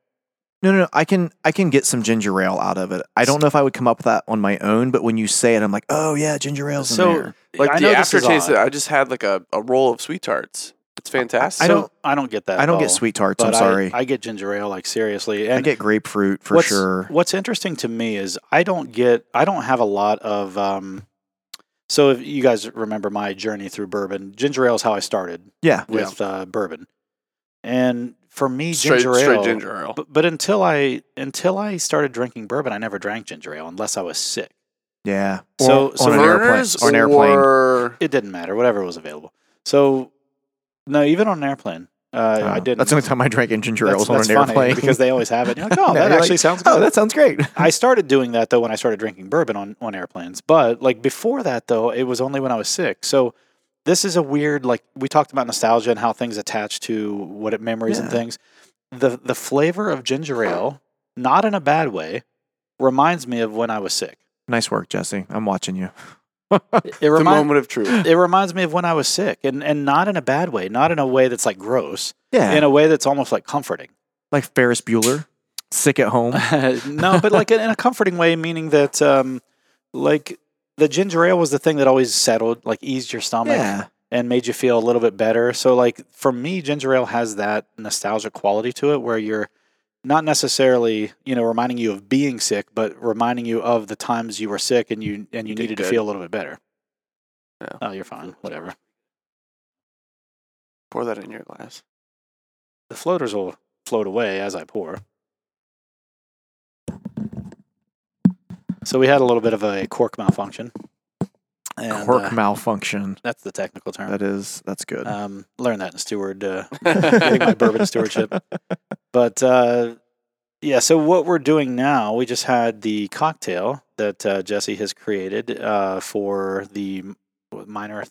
Speaker 2: No, no, no. I can I can get some ginger ale out of it. I don't know if I would come up with that on my own, but when you say it, I'm like, oh yeah, ginger ale's in
Speaker 1: So
Speaker 2: there.
Speaker 4: Like
Speaker 1: I
Speaker 4: the
Speaker 1: know this is
Speaker 4: aftertaste,
Speaker 1: odd.
Speaker 4: I just had like a, a roll of sweet tarts. It's fantastic.
Speaker 2: I
Speaker 1: So
Speaker 2: don't-
Speaker 1: I don't get that.
Speaker 2: I don't
Speaker 1: at
Speaker 2: get
Speaker 1: all,
Speaker 2: sweet tarts. I'm
Speaker 1: but I-
Speaker 2: sorry.
Speaker 1: I, get ginger ale like seriously.
Speaker 2: I
Speaker 1: And
Speaker 2: get grapefruit for
Speaker 1: what's,
Speaker 2: sure.
Speaker 1: What's interesting to me is I don't get. I don't have a lot of. Um, so if you guys remember my journey through bourbon, ginger ale is how I started.
Speaker 2: Yeah.
Speaker 1: with uh, bourbon. And for me,
Speaker 4: straight
Speaker 1: ginger ale.
Speaker 4: straight ginger ale.
Speaker 1: But, but until I until I started drinking bourbon, I never drank ginger ale unless I was sick.
Speaker 2: Yeah.
Speaker 1: So-
Speaker 2: Or
Speaker 1: so
Speaker 2: on an airplane.
Speaker 4: Burners
Speaker 2: Or an airplane.
Speaker 4: or-
Speaker 1: It didn't matter, whatever was available. So no, even on an airplane, uh,
Speaker 2: Uh,
Speaker 1: I didn't.
Speaker 2: That's the only time I drank in ginger ale
Speaker 1: That's-
Speaker 2: was on
Speaker 1: that's
Speaker 2: an
Speaker 1: funny
Speaker 2: airplane
Speaker 1: because they always have it. You're like, oh,
Speaker 2: Yeah,
Speaker 1: that
Speaker 2: you're
Speaker 1: actually
Speaker 2: like,
Speaker 1: sounds good.
Speaker 2: oh, that sounds great.
Speaker 1: I started doing that though when I started drinking bourbon on, on airplanes. But like before that though, it was only when I was sick. So this is a weird like we talked about nostalgia and how things attach to what it memories and
Speaker 2: Yeah.
Speaker 1: things. The the flavor of ginger ale, not in a bad way, reminds me of when I was sick.
Speaker 2: Nice work, Jesse. I'm watching you.
Speaker 1: It
Speaker 4: the
Speaker 1: reminds
Speaker 4: moment of truth.
Speaker 1: it reminds me of when I was sick and, and not in a bad way, not in a way that's like gross,
Speaker 2: Yeah.
Speaker 1: in a way that's almost like comforting.
Speaker 2: like Ferris Bueller, sick at home.
Speaker 1: no, but like in, in a comforting way, meaning that um, like the ginger ale was the thing that always settled, like eased your stomach
Speaker 2: yeah.
Speaker 1: and made you feel a little bit better. So like for me, ginger ale has that nostalgic quality to it where you're not necessarily, you know, reminding you of being sick, but reminding you of the times you were sick and you and you,
Speaker 4: did
Speaker 1: needed to
Speaker 4: good.
Speaker 1: feel a little bit better.
Speaker 4: Yeah.
Speaker 1: Oh, you're fine. Whatever.
Speaker 4: Pour that in your glass.
Speaker 1: The floaters will float away as I pour. So we had a little bit of a cork malfunction. And,
Speaker 2: Cork
Speaker 1: uh,
Speaker 2: malfunction.
Speaker 1: that's the technical term.
Speaker 2: That is that's good.
Speaker 1: Um, learned that in steward, uh, getting my bourbon stewardship. But uh, yeah, so what we're doing now, we just had the cocktail that uh, Jesse has created uh, for the m- minor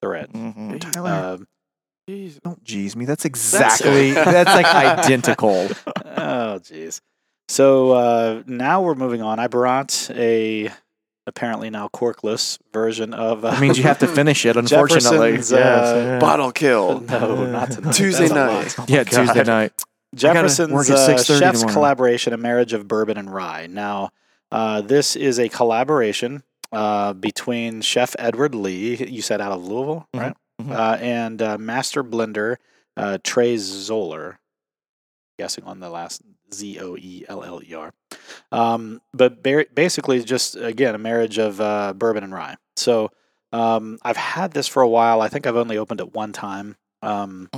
Speaker 1: threat.
Speaker 2: Mm,
Speaker 5: Mhm.
Speaker 2: Tyler,
Speaker 1: Um,
Speaker 2: don't jeez me. That's exactly that's, like identical.
Speaker 1: oh jeez. So uh, now we're moving on. I brought a apparently now corkless version of. Uh,
Speaker 2: That means you have to finish it, unfortunately.
Speaker 1: Jefferson's, uh,
Speaker 4: Bottle kill.
Speaker 1: no, not tonight.
Speaker 4: Tuesday
Speaker 1: That's a lot.
Speaker 4: night.
Speaker 2: yeah, Tuesday night.
Speaker 1: Jefferson's
Speaker 2: work at
Speaker 1: uh,
Speaker 2: 6:30
Speaker 1: chef's
Speaker 2: tomorrow.
Speaker 1: collaboration, a marriage of bourbon and rye. Now, uh, this is a collaboration uh, between Chef Edward Lee, you said out of Louisville,
Speaker 2: Mm-hmm.
Speaker 5: Mhm,
Speaker 1: right?
Speaker 5: mhm.
Speaker 1: Uh, and uh, master blender uh, Trey Zoller. Guessing on the last Z O E L L E R. Um, but ba- basically, just again, a marriage of uh, bourbon and rye. So um, I've had this for a while. I think I've only opened it one time. Um,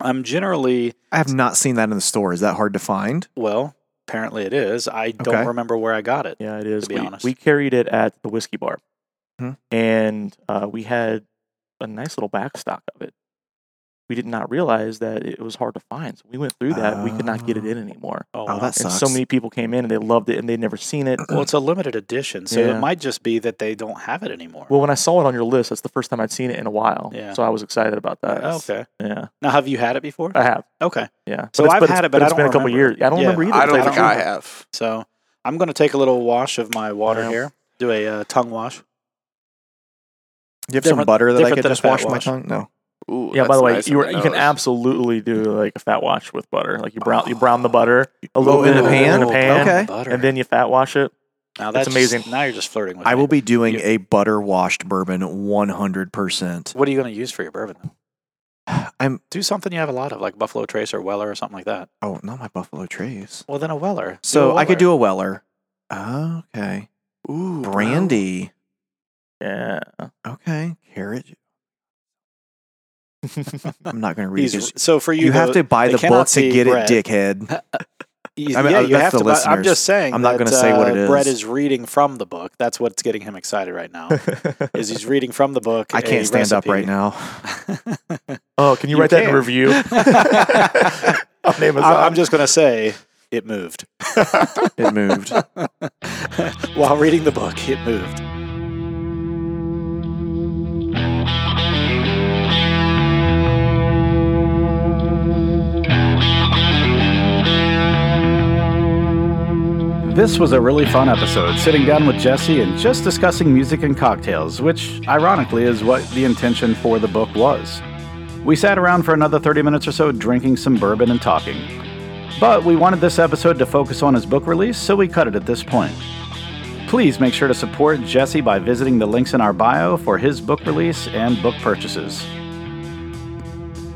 Speaker 1: I'm generally.
Speaker 2: I have not seen that in the store. Is that hard to find?
Speaker 1: Well, apparently it is. I
Speaker 2: Okay.
Speaker 1: don't remember where I got it.
Speaker 5: Yeah, it is.
Speaker 1: be
Speaker 5: we,
Speaker 1: honest.
Speaker 5: we carried it at the whiskey bar,
Speaker 2: Hmm.
Speaker 5: and uh, we had a nice little backstock of it. we did not realize that it was hard to find. So we went through that. we could not get it
Speaker 7: Ah.
Speaker 5: in anymore.
Speaker 2: Oh, that
Speaker 5: And
Speaker 2: sucks.
Speaker 5: so many people came in and they loved it and they'd never seen it.
Speaker 7: Well, it's a limited edition, so
Speaker 5: Yeah.
Speaker 7: it might just be that they don't have it anymore.
Speaker 5: Well, when I saw it on your list, that's the first time I'd seen it in a while.
Speaker 7: Yeah.
Speaker 5: So I was excited about that.
Speaker 7: Oh, okay.
Speaker 5: Yeah,
Speaker 7: Now, have you had it before?
Speaker 5: I have.
Speaker 7: Okay.
Speaker 5: Yeah.
Speaker 7: So
Speaker 5: it's-
Speaker 7: I've
Speaker 5: it's-
Speaker 7: had it, but I
Speaker 5: it's
Speaker 7: don't
Speaker 5: been a couple
Speaker 7: remember it.
Speaker 5: years. I don't
Speaker 7: Yeah.
Speaker 5: remember either.
Speaker 4: I don't
Speaker 5: It's like-
Speaker 4: think I have.
Speaker 7: So I'm going to take a little wash of my water
Speaker 5: Yeah.
Speaker 7: here. Do a uh, tongue wash.
Speaker 2: Do you have some
Speaker 7: Different-
Speaker 2: butter that I
Speaker 7: different
Speaker 2: could
Speaker 7: than a
Speaker 2: just
Speaker 7: fat
Speaker 2: wash my
Speaker 7: wash.
Speaker 2: tongue? No.
Speaker 4: Ooh,
Speaker 5: Yeah. By
Speaker 4: that's
Speaker 5: the way,
Speaker 4: nice
Speaker 5: you
Speaker 4: on
Speaker 5: were,
Speaker 4: the
Speaker 5: you can
Speaker 4: nose.
Speaker 5: absolutely do like a fat wash with butter. Like you brown you brown the butter a little
Speaker 2: Oh,
Speaker 5: bit
Speaker 2: in a pan?
Speaker 5: in a pan,
Speaker 2: Okay.
Speaker 7: Butter.
Speaker 5: and then you fat wash it.
Speaker 7: now
Speaker 5: that's amazing.
Speaker 7: Now you're just flirting with
Speaker 2: I
Speaker 7: me.
Speaker 2: will be doing
Speaker 7: You-
Speaker 2: a butter washed bourbon 100%.
Speaker 7: What are you going to use for your bourbon? Though?
Speaker 2: I'm,
Speaker 7: Do something you have a lot of, like Buffalo Trace or Weller or something like that.
Speaker 2: oh, not my Buffalo Trace.
Speaker 7: Well, then a Weller. Do
Speaker 2: So
Speaker 7: a
Speaker 2: I could
Speaker 7: Weller.
Speaker 2: do a Weller. Okay.
Speaker 4: Ooh, wow.
Speaker 2: Brandy.
Speaker 5: Yeah.
Speaker 2: Okay. Carrot. I'm not going to read
Speaker 7: These-
Speaker 2: this.
Speaker 7: so for you,
Speaker 2: You have
Speaker 7: though,
Speaker 2: to buy
Speaker 7: they
Speaker 2: the
Speaker 7: cannot
Speaker 2: book to
Speaker 7: be
Speaker 2: get
Speaker 7: bread.
Speaker 2: it, dickhead.
Speaker 7: You,
Speaker 2: I mean,
Speaker 7: yeah,
Speaker 2: uh,
Speaker 7: you
Speaker 2: that's
Speaker 7: have
Speaker 2: the
Speaker 7: to. Buy, I'm
Speaker 2: listeners.
Speaker 7: just saying.
Speaker 2: I'm not
Speaker 7: going
Speaker 2: gonna
Speaker 7: to
Speaker 2: say what it
Speaker 7: Brett
Speaker 2: is.
Speaker 7: is reading from the book. That's what's getting him excited right now. is he's reading from the book.
Speaker 2: I
Speaker 7: a
Speaker 2: can't stand up
Speaker 7: recipe.
Speaker 2: right now.
Speaker 5: oh, can you,
Speaker 7: You
Speaker 5: write that in
Speaker 7: can.
Speaker 5: a review? On Amazon.
Speaker 7: I- I'm just going to say it moved.
Speaker 2: It moved.
Speaker 7: While reading the book, it moved.
Speaker 1: This was a really fun episode, sitting down with Jesse and just discussing music and cocktails, which, ironically, is what the intention for the book was. We sat around for another 30 minutes or so drinking some bourbon and talking. But we wanted this episode to focus on his book release, so we cut it at this point. Please make sure to support Jesse by visiting the links in our bio for his book release and book purchases.